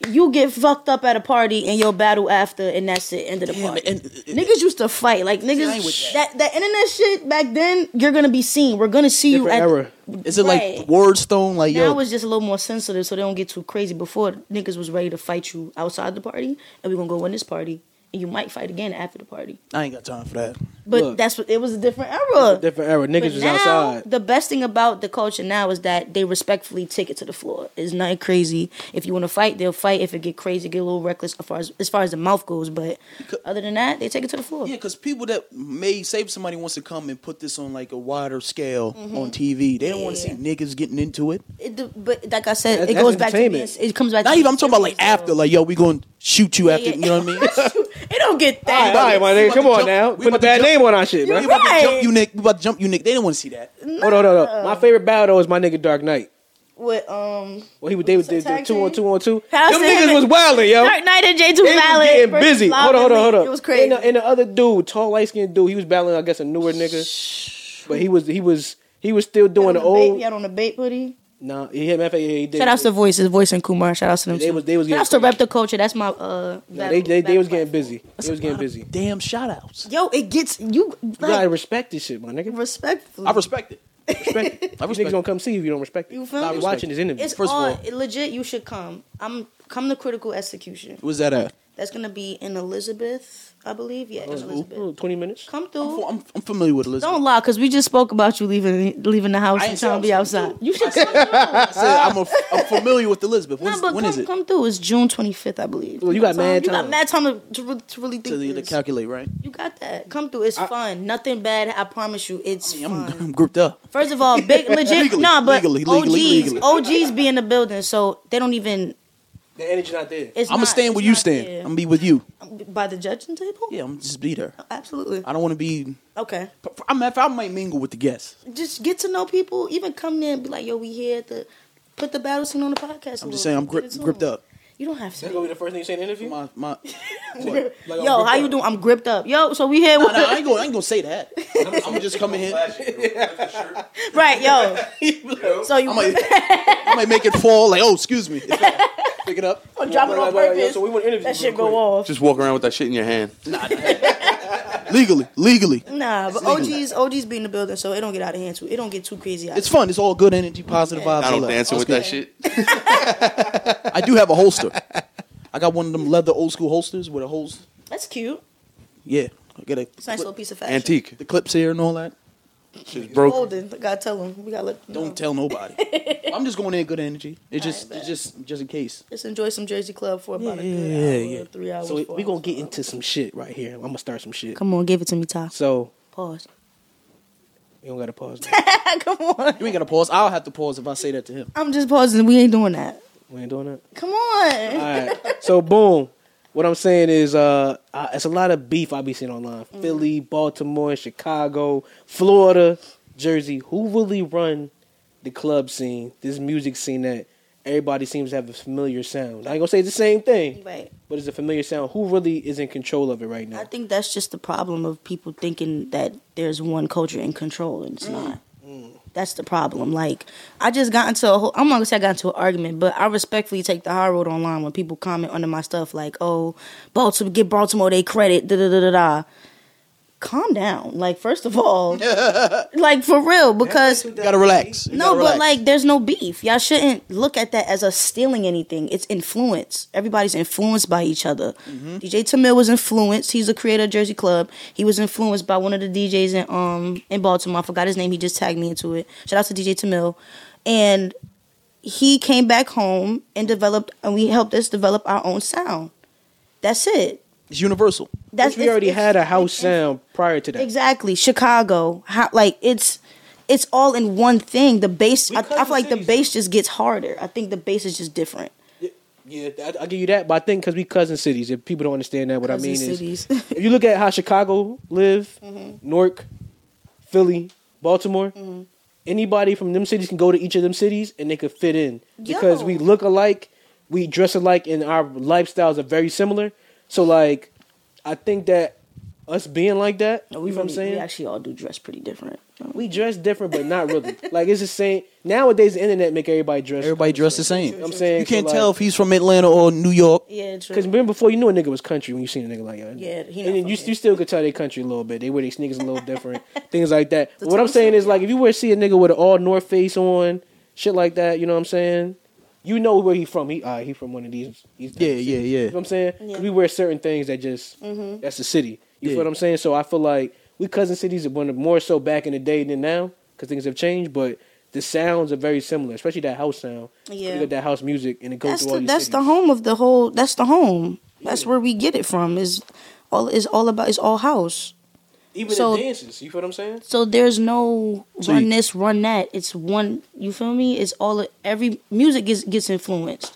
D: you get fucked up at a party and your battle after, and that's it. End of the
A: Damn,
D: party.
A: and- uh,
D: niggas used to fight like
A: I ain't
D: niggas.
A: with
D: That. that internet shit back then, you're gonna be seen. We're gonna see
B: Different
D: you at
B: era.
A: Is it
D: Right.
A: like word stone? Like,
D: Now
A: yo,
D: it's just a little more sensitive, so they don't get too crazy. Before niggas was ready to fight you outside the party, and we're gonna go in this party, and you might fight again after the party.
A: I ain't got time for that.
D: But
B: Look.
D: that's what it was a different era.
B: Different era. Niggas
D: But
B: was
D: now,
B: outside.
D: The best thing about the culture now is that they respectfully take it to the floor. It's nothing crazy. If you want to fight, they'll fight. If it get crazy, get a little reckless as far as as far as the mouth goes. But other than that, they take it to the floor.
A: Yeah, because people that may save some money wants to come and put this on like a wider scale on TV. They don't want to see
D: Mm-hmm. Yeah.
A: niggas getting into it.
D: It do- but like I said,
B: That-
D: it
B: that's
D: goes back to being,
B: entertainment.
D: it comes back.
A: Not
D: to
A: even.
D: being
A: I'm talking about like
D: serious,
A: after,
D: though.
A: like yo, we gonna shoot you after.
D: yeah.
A: You know what I mean?
D: it don't get
B: All
D: that.
B: right, all right, my
A: We
B: nigga,
A: about
B: come
A: to
B: on
A: jump-
B: now.
A: we
B: Put a
A: about to
B: bad
A: jump-
B: name on our shit, bro.
A: We about
D: Right.
A: to jump you, Nick. We about to jump you, Nick. They didn't want to see that.
B: Hold on, hold on. My favorite battle was my nigga Dark Knight.
D: with um.
B: Well, he was they was
D: Some
B: they- they
D: tag
B: two on
D: team?
B: two on two.
D: How
B: Them
D: I said
B: niggas
D: it.
B: was wilding, yo.
D: Dark Knight and J Two
B: They was
D: Valid.
B: getting
D: versus
B: busy. Hold
D: Live
B: on, hold on,
D: and
B: hold
D: Leak.
B: on.
D: It was crazy.
B: And the, and the other dude, tall, light skinned dude, he was battling, I guess, a newer nigga. But he was he was he was still doing the
D: on the bait-
B: old.
D: he had on the bait hoodie.
B: Nah, he had matter of fact, yeah, he did.
D: Shout outs to Voices, Voice and Kumar. Shout outs to them.
B: They
D: too.
B: was- they was
D: Shout outs to
B: getting
D: Rep the Culture. That's my uh.
B: Nah,
D: battle-
B: they they, they was
D: battle
B: getting
D: platform.
B: busy. They was getting busy. You
A: Damn shout outs.
D: Yo, it gets you. Like,
B: gotta respect this shit, my nigga.
D: respectfully.
A: I respect it.
B: Respect it.
A: I
B: These
A: respect
B: niggas gonna come see you if you don't respect it.
D: You feel
B: Not
D: me?
B: watching this interview.
D: It's
A: First of
D: all
A: all-
D: legit. You should come. I'm come to critical execution.
A: What's that at?
D: That's gonna be in Elizabeth, I believe. Yeah, it's Elizabeth.
B: Oh, Ooh, Twenty minutes.
D: Come
A: I'm,
D: through.
A: I'm, I'm familiar with Elizabeth.
D: Don't lie, cause we just spoke about you leaving leaving the house
A: I
D: and
A: ain't say
D: trying to be
A: I was
D: outside.
A: gonna
D: You should
A: I said I'm, a, I'm familiar with Elizabeth.
D: Nah,
A: When's,
D: but
A: when
D: come,
A: is it?
D: come through. It's June 25th, I believe.
B: Well, you got mad
D: You got
B: time.
D: mad time to, to, re- to really
A: To,
D: think.
A: the- to
D: this.
A: calculate, right?
D: you got that. Come through. It's fun. Nothing bad. I promise you. It's
A: I'm,
D: fun.
A: I'm grouped up.
D: First of all, big legit.
A: Legally,
D: nah, but
A: legally, legally,
D: OGs,
A: legally.
D: OGs be in the building, so they don't even.
B: The energy not there.
D: It's
A: I'm
D: not-
A: gonna stand
D: it's
A: where you
D: not
A: stand.
D: there.
A: I'm gonna be with you.
D: by the judging table.
A: Yeah, I'm just be there.
D: Absolutely.
A: I don't want to be.
D: Okay.
A: I'm. I might mingle with the guests.
D: Just get to know people. Even come there and be like, "Yo, we here at the put the battle scene on the podcast."
A: I'm just saying. I'm grip, gripped up.
D: You don't have
B: That's
D: to.
B: gonna be the first thing you say in the interview.
A: My my.
B: Like, I'm
D: Yo,
B: gripped
D: how you
B: up.
D: doing? I'm gripped up. Yo, so we here.
A: No, no, I ain't gonna. I ain't gonna say that. I'm, I'm just coming here.
D: Right, yo.
B: "Oh,
D: so you
A: I might. I might make it fall. Like, oh, excuse me. Pick it up.
D: I'm dropping
B: Right,
D: on
B: right, right, yo,
D: purpose.
B: So we want to interview.
D: that
B: real
D: shit
B: quick.
D: go off.
C: Just walk around with that shit in your hand.
A: Legally, legally,
D: Nah, but OGs, OGs be in the building, so it don't get out of hand too. It don't get too crazy. Out
A: it's fun. It's all good energy, positive vibes.
C: I
A: all that.
C: don't dance
A: It's
C: with
A: good.
C: that shit.
A: I do have a holster. I got one of them leather old school holsters with a holes.
D: That's cute.
A: Yeah, I got a
D: It's a nice little piece of fashion.
C: Antique.
A: the clips here and all that.
C: Shit's broken.
D: Golden. I gotta tell them. We gotta let. them know.
A: Don't tell nobody. I'm just going in good energy. It's just, it's
D: Alright,
A: just, just in case.
D: Just enjoy some Jersey Club for about a
A: Yeah,
D: good
A: yeah,
D: hour,
A: yeah.
D: three hours.
B: So we, we
D: four
B: gonna
D: hours.
B: get into some shit right here. I'm gonna start some shit.
D: Come on, give it to me, Ty.
B: So
D: Pause.
B: you don't gotta pause. now.
D: Come on.
A: You ain't gotta pause. I'll have to pause if I say that to him.
D: I'm just pausing. We ain't doing that.
B: we ain't doing that.
D: Come on.
B: All right. So boom. What I'm saying is, uh, I, it's a lot of beef I be seeing online.
D: Mm.
B: Philly, Baltimore, Chicago, Florida, Jersey. Who really run the club scene? This music scene that everybody seems to have a familiar sound. I ain't gonna say it's the same thing,
D: Right.
B: but it's a familiar sound. Who really is in control of it right now?
D: I think that's just the problem of people thinking that there's one culture in control and
B: Mm.
D: it's not. That's the problem. Like I just got into a whole I'm not gonna say I got into an argument, but I respectfully take the high road online when people comment under my stuff like, oh, Baltimore give Baltimore they credit, da da da da da. Calm down. Like first of all like for real, because
A: You gotta relax. You
D: no,
A: gotta
D: but
A: relax.
D: like, there's no beef. Y'all shouldn't look at that as us stealing anything. It's influence. Everybody's influenced by each other.
B: Mm-hmm.
D: DJ Tamil was influenced. He's the creator of Jersey Club. He was influenced by one of the DJs in um in Baltimore. I forgot his name. He just tagged me into it. Shout out to DJ Tamil, and he came back home and developed, and we helped us develop our own sound. That's it.
A: it's universal.
D: That's
B: Which we
D: it's-
B: already
D: it's-
B: had a house
D: it's-
B: sound prior to that.
D: Exactly, Chicago. How, like it's it's all in one thing. The bass.
B: We
D: I, I
B: cousin
D: feel like the
B: cities.
D: bass just gets harder. I think the bass is just different.
B: Yeah, I, I give you that, but I think because we cousin cities, if people don't understand that, what
D: Cousin
B: I mean
D: cities. Mm-hmm.
B: is, if you look at how Chicago live, Newark, Philly, Baltimore, anybody from them cities can go to each of them cities and they could fit in because
D: Yo.
B: we look alike, we dress alike, and our lifestyles are very similar. So like, I think that us being like that, you know what I'm
D: really- we
B: saying?
D: actually all do dress pretty different.
B: We dress different, but not really. like it's the same. Nowadays, the internet make everybody dress.
A: Everybody dressed the same.
B: I'm saying
A: You can't
B: so, like,
A: tell if he's from Atlanta or New York.
D: Yeah,
B: Because
D: true.
B: remember before you knew a nigga was country when you seen a nigga like that.
D: Yeah, he not
B: and then you,
D: from
B: you still could tell they country a little bit. They wear their sneakers a little different, things like that. But what I'm saying is like if you were to see a nigga with an all North face on, shit like that, you know what I'm saying? You know where he from. He uh, he from one of these. these
A: Yeah, yeah, yeah.
B: You know what I'm saying? 'Cause
D: Yeah. Mm-hmm.
B: we wear certain things that just that's the city.
A: Yeah.
B: You feel what I'm saying? So I feel like we cousin cities are one of more so back in the day than now because things have changed, but. The sounds are very similar, especially that house sound.
D: Yeah.
B: you got that house music, and it goes
D: That's
B: through all
D: the
B: these
D: that's
B: cities.
D: the home of the whole. That's the home. That's where we get it from. Is all is all about is all house.
B: Even
D: So-
B: the dances, you feel what I'm saying?
D: So there's no
A: So
D: run
A: you-
D: this, run that. It's one. You feel me? It's all every music gets gets influenced.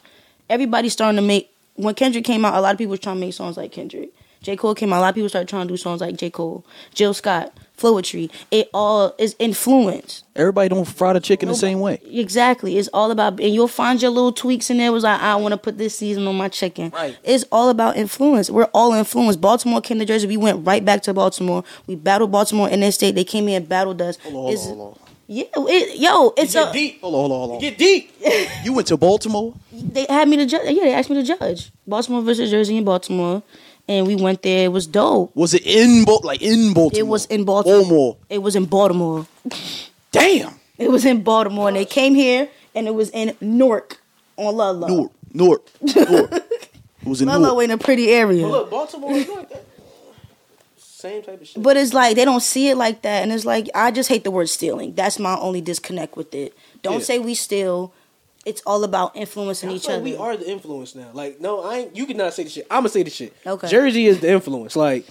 D: Everybody's starting to make. When Kendrick came out, a lot of people were trying to make songs like Kendrick. J Cole came out, a lot of people started trying to do songs like J Cole, Jill Scott, Floetry. It all is influenced.
A: Everybody don't fry the chicken the
D: Nobody-
A: same way.
D: Exactly. It's all about, and you'll find your little tweaks in there. Was like, I want to put this season on my chicken.
A: Right.
D: It's all about influence. We're all influenced. Baltimore came to Jersey. We went right back to Baltimore. We battled Baltimore in their state. They came here and battled us.
A: Hold on,
D: It's-
A: hold on, hold on.
D: yeah, it, yo, it's a.
B: deep.
A: Hold on, hold on, hold on.
B: Get deep.
A: You went to Baltimore.
D: They had me to judge. Yeah, they asked me to judge Baltimore versus Jersey in Baltimore, and we went there. It was dope.
A: Was it in Bal- like in Baltimore?
D: It was in Baltimore.
A: Baltimore.
D: It was in Baltimore.
A: Damn.
D: It was in Baltimore, and they came here, and it was in Newark on Ludlow.
A: Newark, Newark, Newark. It was in
D: Ludlow
A: Newark.
D: in a pretty area.
B: But look, Baltimore is like that. Same type of shit.
D: But it's like they don't see it like that, and it's like I just hate the word stealing. That's my only disconnect with it.
B: Yeah.
D: Don't say we steal. It's all about influencing
B: I
D: each
B: feel
D: other.
B: like We are the influence now. Like, no, I ain't, you cannot say the shit. I'm gonna say the shit.
D: Okay.
B: Jersey is the influence. Like,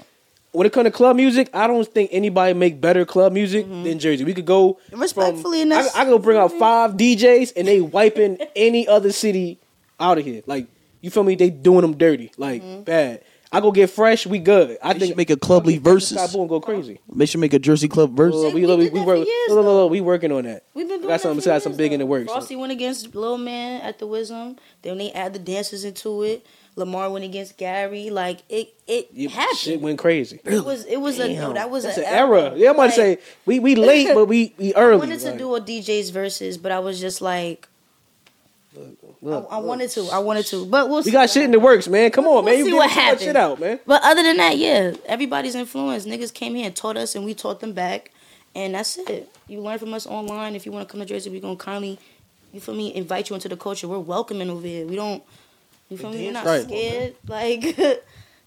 B: when it comes to club music, I don't think anybody make better club music than Jersey. We could go from-
D: Mm-hmm. Respectfully, and that's-
B: I, I could bring out five DJs and they wiping any other city out of here. Like, you feel me? They doing them dirty, like
D: Mm-hmm.
B: bad. I go get fresh. We good. I
A: They
B: think
A: should make a clubly versus.
B: Taboo and go crazy.
A: They should make a Jersey Club versus.
B: Well,
D: we
B: we, look,
D: did
B: we, we
D: that
B: work.
D: for years,
B: look, look, look, we working on that.
D: We've been doing
B: got
D: that
B: some.
D: for
B: got
D: years,
B: some big in the
D: though.
B: works.
D: Frosty went against Lil Man at the Wisdom. Then they add the dancers into it. Lamar went against Gary. Like it, it
B: Yeah,
D: happened.
B: Shit went crazy.
D: it was, it was a, yo, that was
B: That's
D: an
B: an era. Yeah, I'm about to
D: Like,
B: say we we late, but we we early.
D: I wanted to
B: like,
D: do a DJ's versus, but I was just like, I,
B: look,
D: I
B: look.
D: wanted to, I wanted to, but we'll
B: We
D: see.
B: got shit in the works, man. Come on,
D: We'll
B: man. You
D: see
B: get
D: what
B: too much
D: happens.
B: shit out, man.
D: But other than that, yeah, everybody's influenced. Niggas came here and taught us, and we taught them back, and that's it. You learn from us online. If you want to come to Jersey, we're gonna kindly, you feel me, invite you into the culture. We're welcoming over here. We don't, you feel me? We're not
B: Right.
D: scared. Like,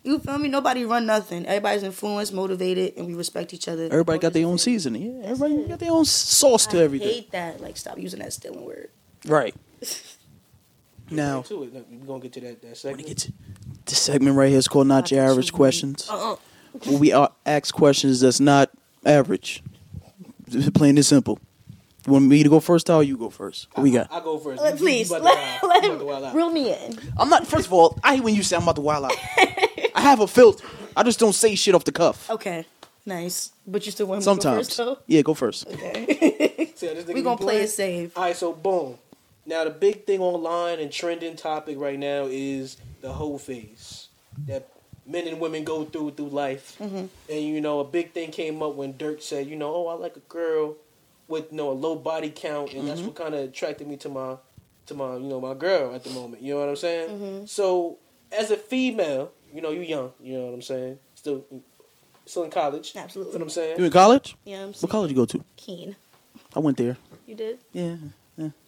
D: you feel me? Nobody run nothing. Everybody's influenced, motivated, and we respect each other.
A: Everybody got their own seasoning. Yeah, everybody got their own sauce to
D: I
A: everything.
D: hate that. Like, stop using that stealing word.
A: Right. Now,
B: To it. We're gonna get to that, that
A: when it
B: second.
A: gets this segment right here is called Not Your Average Questions.
D: Uh-uh.
A: Where we are, ask questions that's not average. Just Plain and simple. You want me to go first, or you go first? What we got?
B: I'll go first. You-
D: Let-
B: you-
D: Uh, Please,
B: you
D: let,
B: about to wild out. You
D: let
B: about to wild out.
D: reel me in.
A: I'm not. First of all, I hate when you say I'm about to wild out. I have a filter. I just don't say shit off the cuff.
D: Okay, nice. But Oh, you still want me to go first,
A: Sometimes.
D: though?
A: Yeah, go first.
D: Okay.
B: See how this nigga
D: we
B: be
D: gonna play
B: playing?
D: it safe.
B: All right, so boom. Now the big thing online and trending topic right now is the whole phase that men and women go through through life. And you know, a big thing came up when Dirk said, you know, oh, I like a girl with you know a low body count, and that's what kind of attracted me to my to my you know my girl at the moment. You know what I'm saying? So as a female, you know, you young. You know what I'm saying? Still, still in college.
D: Absolutely.
B: You know what I'm saying?
A: You in college?
D: Yeah, I'm
A: What
D: saying
A: college you go to?
D: Keen.
A: I went there.
D: You did?
A: Yeah,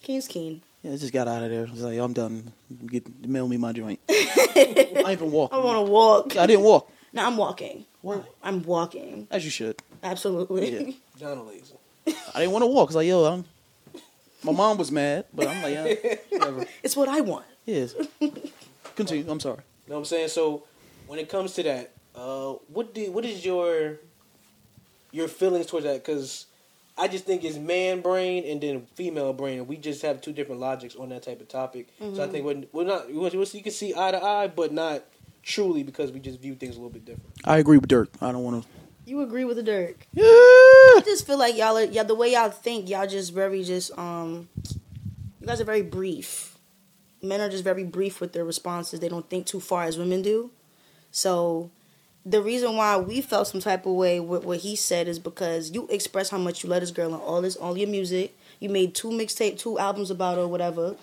D: Keen's Keen.
A: yeah. I just got out of there. I was like, I'm done. Get mail me my joint. I ain't even walk.
D: I want to walk.
A: I didn't walk.
D: No, I'm walking.
A: Why?
D: I'm walking.
A: As you should.
D: Absolutely.
A: Yeah.
B: Donna lazy.
A: I didn't want to walk. I was like, yo, I'm. My mom was mad, but I'm like, yeah, whatever.
D: It's what I want.
A: Yes. Continue. I'm sorry.
B: You know what I'm saying? So when it comes to that, uh, what do what is your your feelings towards that? Because I just think it's man brain and then female brain, and we just have two different logics on that type of topic.
A: Mm-hmm.
B: So I think we're, we're not we're, you can see eye to eye, but not truly because we just view things a little bit different.
A: I agree with Dirk. I don't want to.
D: You agree with the Dirk? I
A: Yeah.
D: just feel like y'all, are, yeah, the way y'all think, y'all just very just um, you guys are very brief. Men are just very brief with their responses. They don't think too far as women do. So the reason why we felt some type of way with what he said is because you express how much you love this girl and all this, all your music. You made two mixtape, two albums about her, or whatever,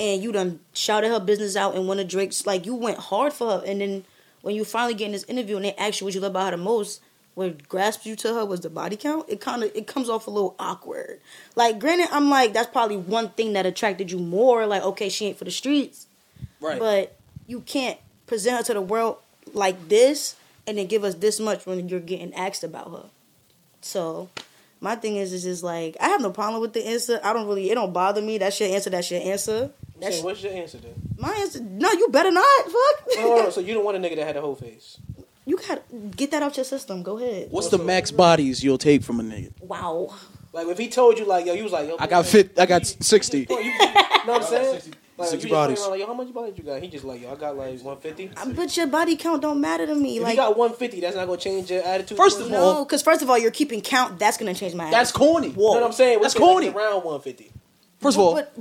D: and you done shouted her business out in one of Drake's. Like you went hard for her, and then when you finally get in this interview and they ask you what you love about her the most, what grasped you to her was the body count. It kind of it comes off a little awkward. Like granted, I'm like that's probably one thing that attracted you more. Like okay, she ain't for the streets,
A: Right.
D: but you can't present her to the world like this and then give us this much when you're getting asked about her. So my thing is is just like I have no problem with the answer. I don't really it don't bother me. That's your answer, that's your answer.
B: I'm
D: That's
B: saying, what's your answer then?
D: my answer. No, you better not. Fuck.
B: Hold on, hold on. so you don't want a nigga that had a whole face.
D: you gotta get that out your system. Go ahead.
A: What's the max bodies you'll take from a nigga?
D: Wow.
B: Like if he told you like yo, you was like yo,
A: I got fit. I got sixty.
B: You, you know what I'm saying? Like,
A: Sixty
B: you just playing
A: bodies.
B: around, Like, yo, how much bodies you got? He just like yo, I got like 150.
D: But your body count don't matter to me.
B: If
D: like
B: you got 150, that's not gonna change your attitude.
A: First
B: towards
A: of
B: it.
A: all-
D: no, because first of all, you're keeping count. That's gonna change my.
A: That's corny.
B: you know
A: Whoa.
B: what I'm saying?
A: That's
B: We're saying,
A: corny.
B: like, around 150.
A: First of all,
D: But,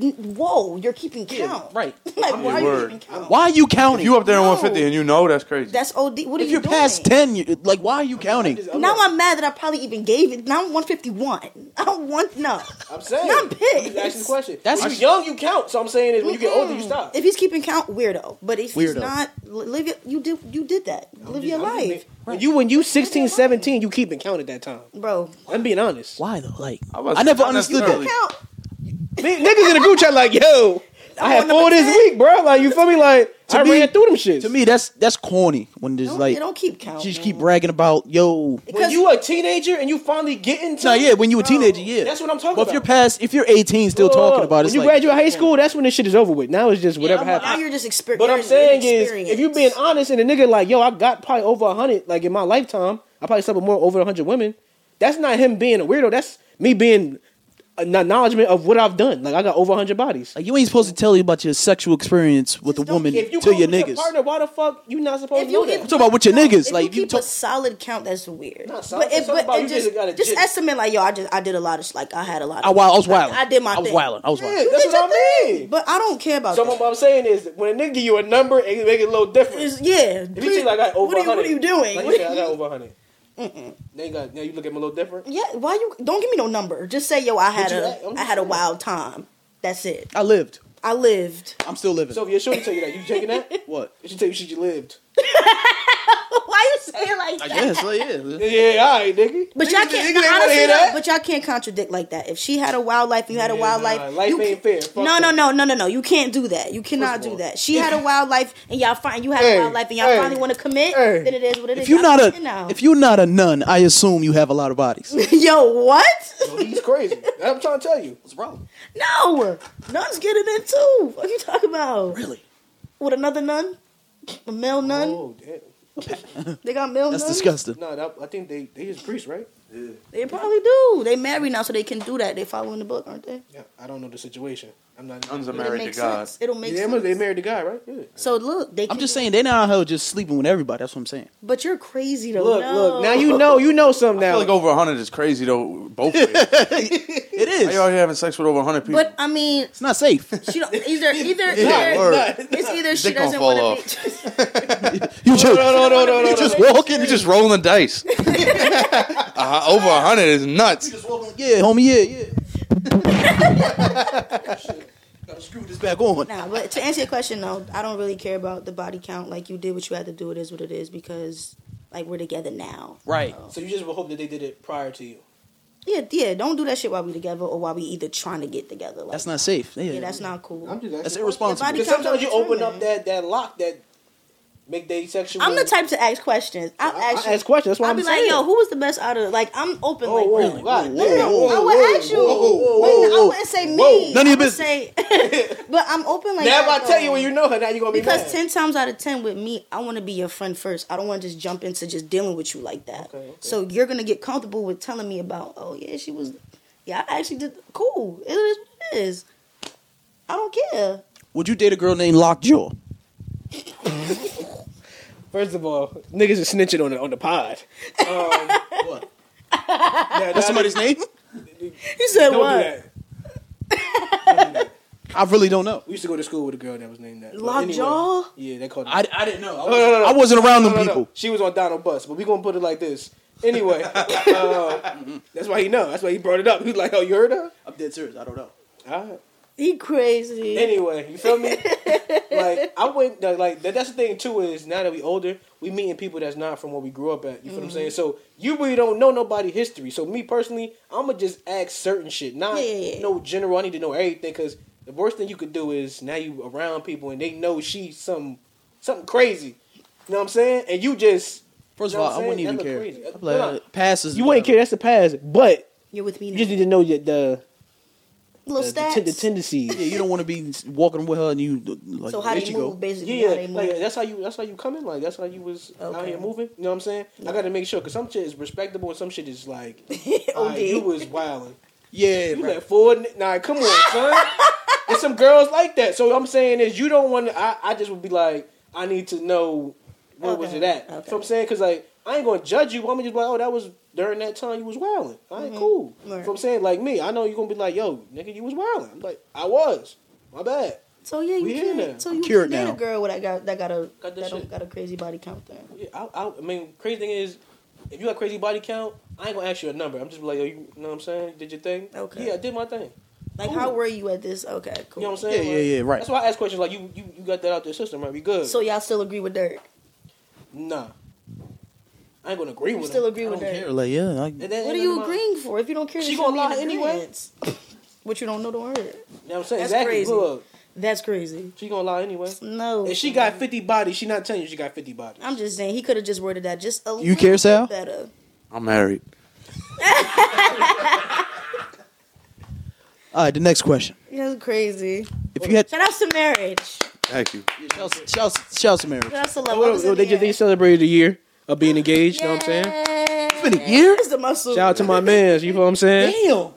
D: n- whoa, you're keeping count.
A: right.
D: like
C: mean,
D: why are you
C: word.
D: keeping count?
A: why are you
C: If
A: counting?
C: you up there in
D: No.
C: 150 and you know that's crazy.
D: That's OD. What are
A: If
D: you
A: you're
D: doing?
A: past ten, you, like why are you counting?
B: Just-
D: Now
B: not-
D: I'm mad that I probably even gave it. Now I'm 151. I don't want no.
B: I'm saying.
D: Now I'm pissed.
B: You asking the question.
A: That's-
B: That's when you young, you count. So I'm saying is when you get older, you stop.
D: If he's keeping count, weirdo. But if he's
A: Weirdo.
D: not, li- live your, you did you did that.
B: I'm
D: live your
B: just- I'm just
D: life.
B: making- When you when you 16, 17, you keeping count at that time.
D: bro.
B: I'm being honest.
A: Why though? Like I,
C: I was-
A: never
C: not
A: understood
C: necessarily.
A: that.
D: Count.
B: Me- Niggas in the group chat like, yo, I had four this week, bro. Like, you feel me? Like, I
A: me-
B: ran through them shits.
A: To me, that's that's corny. When there's
D: Don't,
A: like
D: they don't keep count.
A: she just
D: man.
A: keep bragging about yo.
B: when you a teenager and you finally get into
A: Nah, yeah, when you were a teenager, yeah.
B: that's what I'm talking
A: But if
B: about.
A: you're past, if you're 18, still talking about it,
B: When
A: it's
B: you
A: like,
B: graduate high school, that's when this shit is over with. Now it's just whatever
D: Yeah, I'm- Now
B: happens.
D: you're just exper-
B: But
D: you're
B: I'm
D: an
B: saying is,
D: experience.
B: if you being honest and a nigga like, yo, I got probably over a hundred, like in my lifetime, I probably slept with more over a hundred women. That's not him being a weirdo. That's me being an acknowledgement of what I've done. Like I got over a hundred bodies.
A: like, you ain't supposed to tell you about your sexual experience with
D: Just
A: a
D: don't-
A: woman
B: If you
A: to
B: close
A: your
B: with
A: niggas.
B: partner, why the fuck Oh, you not supposed
D: If
B: to know
D: you
B: that?
D: if,
A: talking about with your
D: no,
A: niggas,
D: if
A: like,
D: you
A: you
D: keep a
A: talk-
D: solid count, that's weird.
B: Not solid,
D: but if,
B: that's
D: but
B: about
D: and
B: you
D: just
B: just gotta
D: just,
B: jig.
D: estimate like yo, I just I did a lot of like I had a lot. Of
A: I, wild, I was
D: like,
A: wild.
D: I did my.
A: I was
D: thing.
A: wild. I was
B: Yeah,
A: wild.
B: that's
D: Did your
B: what I
D: thing,
B: mean.
D: But I don't care about
B: So
D: that.
B: what I'm saying is, when a nigga give you a number, it make it a little different.
D: It's- yeah.
B: If you see like I got over
D: what, are you,
B: 100,
D: what are you doing?
B: Like
D: What
B: you
D: are
B: said, I
D: you-
B: got over 100. Now you, got, now you look at me a little different.
D: yeah. Why you don't give me no number? Just say yo, I had
B: you
D: a
B: at? I'm
D: I had a wild time. That's it.
A: I lived.
D: I lived.
A: I'm still living.
B: So if your shorty tell you that, you taking that?
A: what?
B: She tell you shit you lived.
D: Why you say it like that?
A: Yes, like, yeah.
B: Yeah, all right, nigga.
D: But
B: Niggas-
D: y'all
B: niggas
D: can't.
B: ain't
D: no,
B: wanna
D: honestly,
B: hear that.
D: though, but y'all can't contradict like that. If she had a wild life, you had a
B: Yeah,
D: wild
B: nah,
D: life.
B: life
D: you
B: ain't fair.
D: can't-
B: Fuck
D: No, no,
B: that.
D: no, no, no, no. You can't do that. You cannot
B: of all,
D: do that. She had a wild life, and y'all find you had
B: Hey,
D: a wild life, and y'all
B: hey,
D: finally want to commit.
B: hey.
D: Then it is what it is.
A: If you're
D: Y'all
A: not
D: can't
A: a
D: now.
A: if you're not a nun, I assume you have a lot of bodies.
D: yo, what?
B: He's crazy. I'm trying to tell you.
A: What's wrong?
D: No, nuns get it in too. What you talking about?
A: Really?
D: With another nun, a male nun.
B: Oh, damn.
D: They got male
A: That's
D: nuns.
A: disgusting.
B: No, that, I think they, they just priests, right?
D: They probably do. They married now, so they can do that. They following the book, aren't they?
B: Yeah, I don't know the situation. I'm not.
C: Nuns are
D: It'll
C: married
D: make
C: to God.
D: sense. It'll make
B: Yeah,
D: sense.
B: they married the guy, right? Yeah.
D: so look, they.
A: I'm
D: can-
A: just saying they now hell just sleeping with everybody. That's what I'm saying.
D: But you're crazy though.
B: Look,
D: no.
B: look. Now you know. You know something
C: I
B: now.
C: feel like over 100 is crazy though. Both ways.
A: It
C: Why y'all
A: is.
C: here having sex with over 100 people?
D: But I mean,
A: It's not safe.
D: she don't, either either
C: Yeah,
D: either
C: word.
D: it's either she
C: Dick gonna
D: doesn't
C: fall
D: want to be.
A: You just
B: no, no, no, no,
A: you just
B: no.
A: walking.
C: You're just rolling the dice. uh, over 100 is nuts.
A: Just walking. Yeah, homie. Yeah, yeah. Gotta screw this back on.
D: Nah, but to answer your question, no, I don't really care about the body count. Like you did what you had to do. It is what it is because like we're together now.
A: Right.
B: so you just would hope that they did it prior to you.
D: Yeah, yeah. Don't do that shit while we together or while we either trying to get together. Like,
A: That's not safe. Yeah,
D: Yeah, that's not cool.
B: I'm
D: I'm,
B: just
A: That's
B: asking questions.
A: irresponsible.
D: Body
B: Because
D: count
B: sometimes you
D: don't
B: open up
D: determine.
B: that that lock that make they sexual.
D: the type to ask questions. I'll
B: I- I
D: ask,
B: ask questions, that's what
D: I'll
B: I'm
D: be
B: saying.
D: like, yo, who was the best out of like? I'm open.
B: Oh,
D: like,
B: whoa,
D: really.
B: God
A: Whoa,
B: damn.
A: whoa,
D: I would
B: whoa,
D: ask you.
B: whoa, whoa,
D: Wait,
A: whoa.
D: I wouldn't say me.
B: Whoa.
A: None of your
D: I would say- but I'm open like
B: Now
D: that,
B: if I tell you
D: though.
B: when you know her, now you're gonna be
D: Because
B: mad.
D: ten times out of ten with me, I want to be your friend first. I don't want to just jump into just dealing with you like that.
B: Okay, okay.
D: So you're gonna get comfortable with telling me about, oh yeah, she was, yeah, I actually did cool. It is what it is. I don't care.
A: Would you date a girl named Lockjaw?
B: First of all, niggas is snitching on the on the pod.
A: Um, What?
B: Nah, nah,
A: That's somebody's name?
D: You said
B: Don't do
D: what?
B: that.
A: I really don't know.
B: We used to go to school with a girl that was named that. But
D: Lockjaw?
B: Anyway, yeah, they called. her-
A: I, I didn't know. I, was,
B: no, no, no.
A: I wasn't around them
B: No, no, no.
A: people.
B: She was on Donald Bus, but we gonna put it like this. Anyway, uh, that's why he know. That's why he brought it up. He was like, "Oh, you heard her?"
A: I'm dead serious. I don't know.
B: All right.
D: He crazy.
B: Anyway, you feel me? like I went like that, that's the thing too is now that we older, we meeting people that's not from where we grew up at. You feel what I'm
D: Mm-hmm.
B: saying? So you really don't know nobody history. So me personally, I'ma just ask certain shit, not
D: Yeah, yeah, yeah.
B: no general. I need to know everything because the worst thing you could do is now you around people and they know she some something crazy. You know what I'm saying? And you just
A: First
B: know
A: of
B: what
A: all,
B: I'm
A: I wouldn't
B: saying?
A: even
B: That look
A: care.
B: crazy.
A: I'd be like,
B: Nah.
A: passes.
B: You wouldn't care. That's the past, but
D: You're with me
B: you
D: now.
B: just need to know the the, the,
D: Little
B: the,
D: stats.
B: ten- the tendencies.
A: Yeah, you don't want to be walking with her and you like.
D: so how
A: there
D: they
A: you
D: move,
A: go.
D: basically. how
B: Yeah,
D: they move.
B: like that's how you that's how you coming. Like that's how you was out
D: Okay.
B: here moving. You know what I'm saying? I got to make sure because some shit is respectable and some shit is like,
D: Oh,
B: alright, you
D: dear.
B: was wilding.
A: Yeah,
B: You
A: right.
B: let four. n- Nah, come on, son. and some girls like that. So what I'm saying is you don't want. to I I just would be like, I need to know what was
D: Okay,
B: it at.
D: okay.
B: So I'm saying because like I ain't gonna judge you. I'm gonna just be like, oh, that was during that time you was wilding. I ain't cool.
D: Right.
B: So I'm saying like me, I know you're gonna be like, yo, nigga, you was wilding. I'm like, I was. My bad.
D: so yeah, you
B: We here now.
D: can't. So
A: I'm
D: you
A: cured
D: can't date
A: now.
D: a girl with that got that got a
B: Got this
D: that
B: shit.
D: don't got a crazy body count thing.
B: Yeah, I, I, I mean, crazy thing is, if you got crazy body count, I ain't gonna ask you a number. I'm just like, yo, you know what I'm saying? Did your thing?
D: Okay.
B: Yeah, I did my thing.
D: Like,
B: Cool.
D: how were you at this? Okay, cool.
B: You know what I'm saying?
A: Yeah,
B: Like,
A: yeah, yeah, right.
B: That's why I ask questions like, you, you, you got that out your system, right? We good?
D: So y'all still agree with Dirk?
B: nah. I I ain't gonna agree
D: You
B: with
D: still
B: him.
D: agree with
A: don't care.
D: that?
A: Like, yeah, I,
B: And that
D: What are
B: ain't
D: you
B: nothing about-
D: agreeing for if you don't care?
B: She
D: there
B: gonna
D: shouldn't be
B: lie
D: an agreement. what you don't know, don't worry.
B: You know what I'm saying?
D: That's
B: exactly.
D: crazy.
B: Look,
D: That's crazy.
B: she gonna lie anyway.
D: No.
B: If she got 50 bodies, she not telling you she got 50 bodies.
D: I'm just saying he could have just worded that just a
A: You care,
D: little
A: Sal?
D: bit better.
C: I'm married.
A: all right. The next question:
D: That's crazy.
A: If you had,
D: Shout out to marriage.
C: Thank you.
A: shouts, shouts, shouts, marriage.
D: Shout out to love.
B: Oh, well, well, they just they celebrated a year of being engaged. You know what I'm saying?
D: It's
A: been a year?
D: It's the muscle.
B: Shout out to my mans. You know what I'm saying?
A: Damn.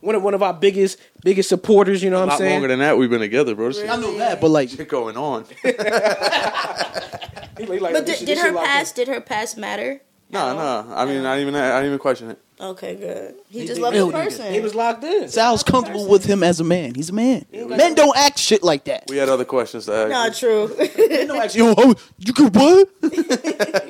B: One of one of our biggest biggest supporters. You know
C: A
B: what I'm
C: lot
B: saying?
C: longer than that we've been together, bro. This
A: I
C: shit-
A: know that, but like,
C: shit going on.
B: He like- like,
D: But
B: this
D: did,
B: shit-
D: did
B: this
D: her
B: shit locked in.
D: past did her past matter?
C: No, no. I mean, I didn't even I didn't even question it.
D: Okay, good. He, just
B: did
D: loved the
A: really good.
D: person.
B: He was locked in.
A: Sal's comfortable with him as a man. He's a man. Men don't act shit like that.
C: We had other questions to ask.
D: no, true.
A: Yo, oh, you could what?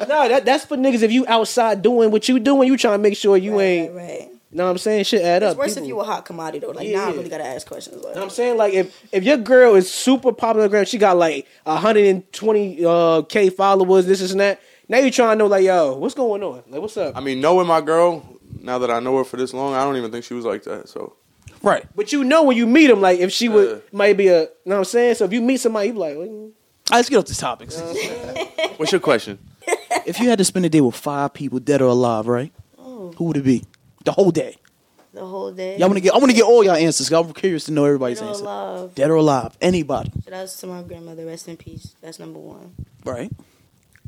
B: No, that, that's for niggas. If you outside doing what you doing, you trying to make sure you ain't.
D: right, right.
B: You know what I'm saying? Shit add
D: It's
B: up.
D: worse if
B: People-
D: you a hot commodity though. Like now I
B: Yeah.
D: really gotta ask questions. Like,
B: You know what I'm saying? Like if if your girl is super popular on the gram, she got like 120 uh, k followers, this this, and that. Now you trying to know like, yo, what's going on? Like, what's up?
C: I mean, knowing my girl, now that I know her for this long, I don't even think she was like that. So
A: Right.
B: But you know when you meet them, like if she
C: Yeah.
B: would might be a, you know what I'm saying? So if you meet somebody, you be like, well,
A: All right, let's get off these topics.
B: Uh.
C: What's your question?
A: if you had to spend a day with five people, dead or alive, right?
D: oh,
A: Who would it be? The whole day.
D: the whole day.
A: Y'all want to get? I want to get all y'all answers. 'cause I'm curious to know everybody's
D: Shout out
A: answer.
D: love.
A: Dead or alive, anybody,
D: Shout out to my grandmother. Rest in peace. That's number one.
A: right?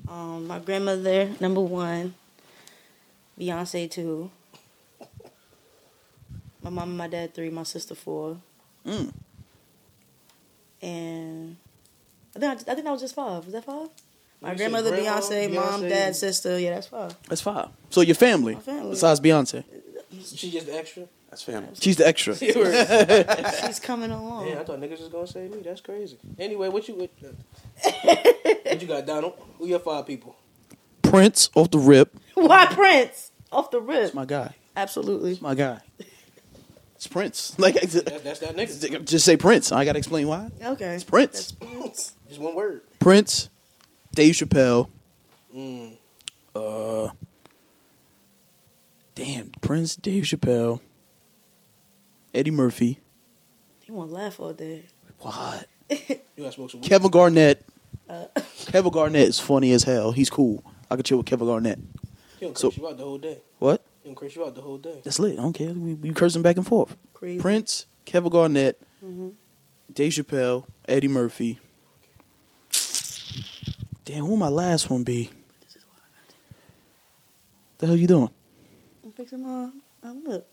D: Um, my grandmother number one. Beyonce two. My mom and my dad three. My sister four.
A: Mm.
D: And I think I, I think that was just five. Was that five? My
B: You said
D: grandmother,
B: grandma,
D: Beyonce, mom,
B: Beyonce.
D: dad, sister. Yeah, that's five.
A: That's five. So your family,
D: My family.
A: besides Beyonce,
B: she just extra.
C: That's family.
A: she's the extra.
B: Yeah,
D: She's coming along.
B: I thought niggas was gonna say me. That's crazy. Anyway, what you what, uh, what you got, Donald? Who your five people?
A: Prince off the rip.
D: Why Prince? Off the rip.
A: My guy.
D: Absolutely.
A: My guy. It's Prince. Like I
B: That, that's that nigga.
A: just say Prince. I gotta explain why.
D: Okay.
A: It's Prince.
D: That's Prince.
B: Just one word.
A: Prince, Dave Chappelle.
B: Mm.
A: Uh, damn, Prince, Dave Chappelle, Eddie Murphy.
D: He won't laugh all day.
A: What?
B: You gotta smoke some weed.
A: Kevin Garnett.
D: Uh,
A: Kevin Garnett is funny as hell. He's cool. I could chill with Kevin Garnett.
B: He don't curse
A: So-
B: you out the whole day.
A: What?
B: He don't curse you out the whole day.
A: That's lit. I don't care. We, we cursing back and forth.
D: crazy.
A: Prince, Kevin Garnett,
D: Mhm.
A: Dave Chappelle, Eddie Murphy. Damn, who my last one be? The hell you doing?
D: I'm fixing my. I'm look.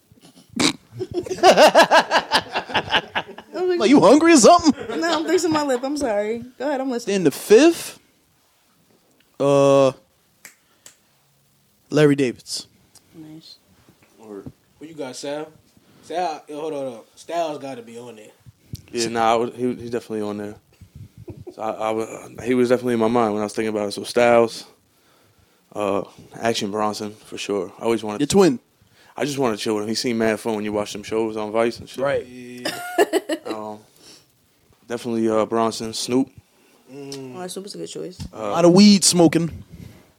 D: I'm
A: Like you hungry or something?
D: No, I'm fixing my lip. I'm sorry. Go ahead. I'm listening.
A: Then the fifth, uh, Larry Davids.
D: Nice.
C: Or-
B: What you got, Sal? Sal, yo, hold on, hold on. Styles got to be on there.
C: Yeah, nah, I was, he, he's definitely on there. So I, I was, he was definitely in my mind when I was thinking about it. So Styles, uh, Action Bronson for sure. I always
A: Your
C: wanted.
A: twin,
C: I just wanted to chill with him. He seemed mad fun when you watch them shows on Vice and shit.
B: Yeah.
C: Um, definitely uh, Bronson, Snoop,
A: Mm.
C: uh,
D: Oh, that's a good choice.
A: a lot of weed smoking.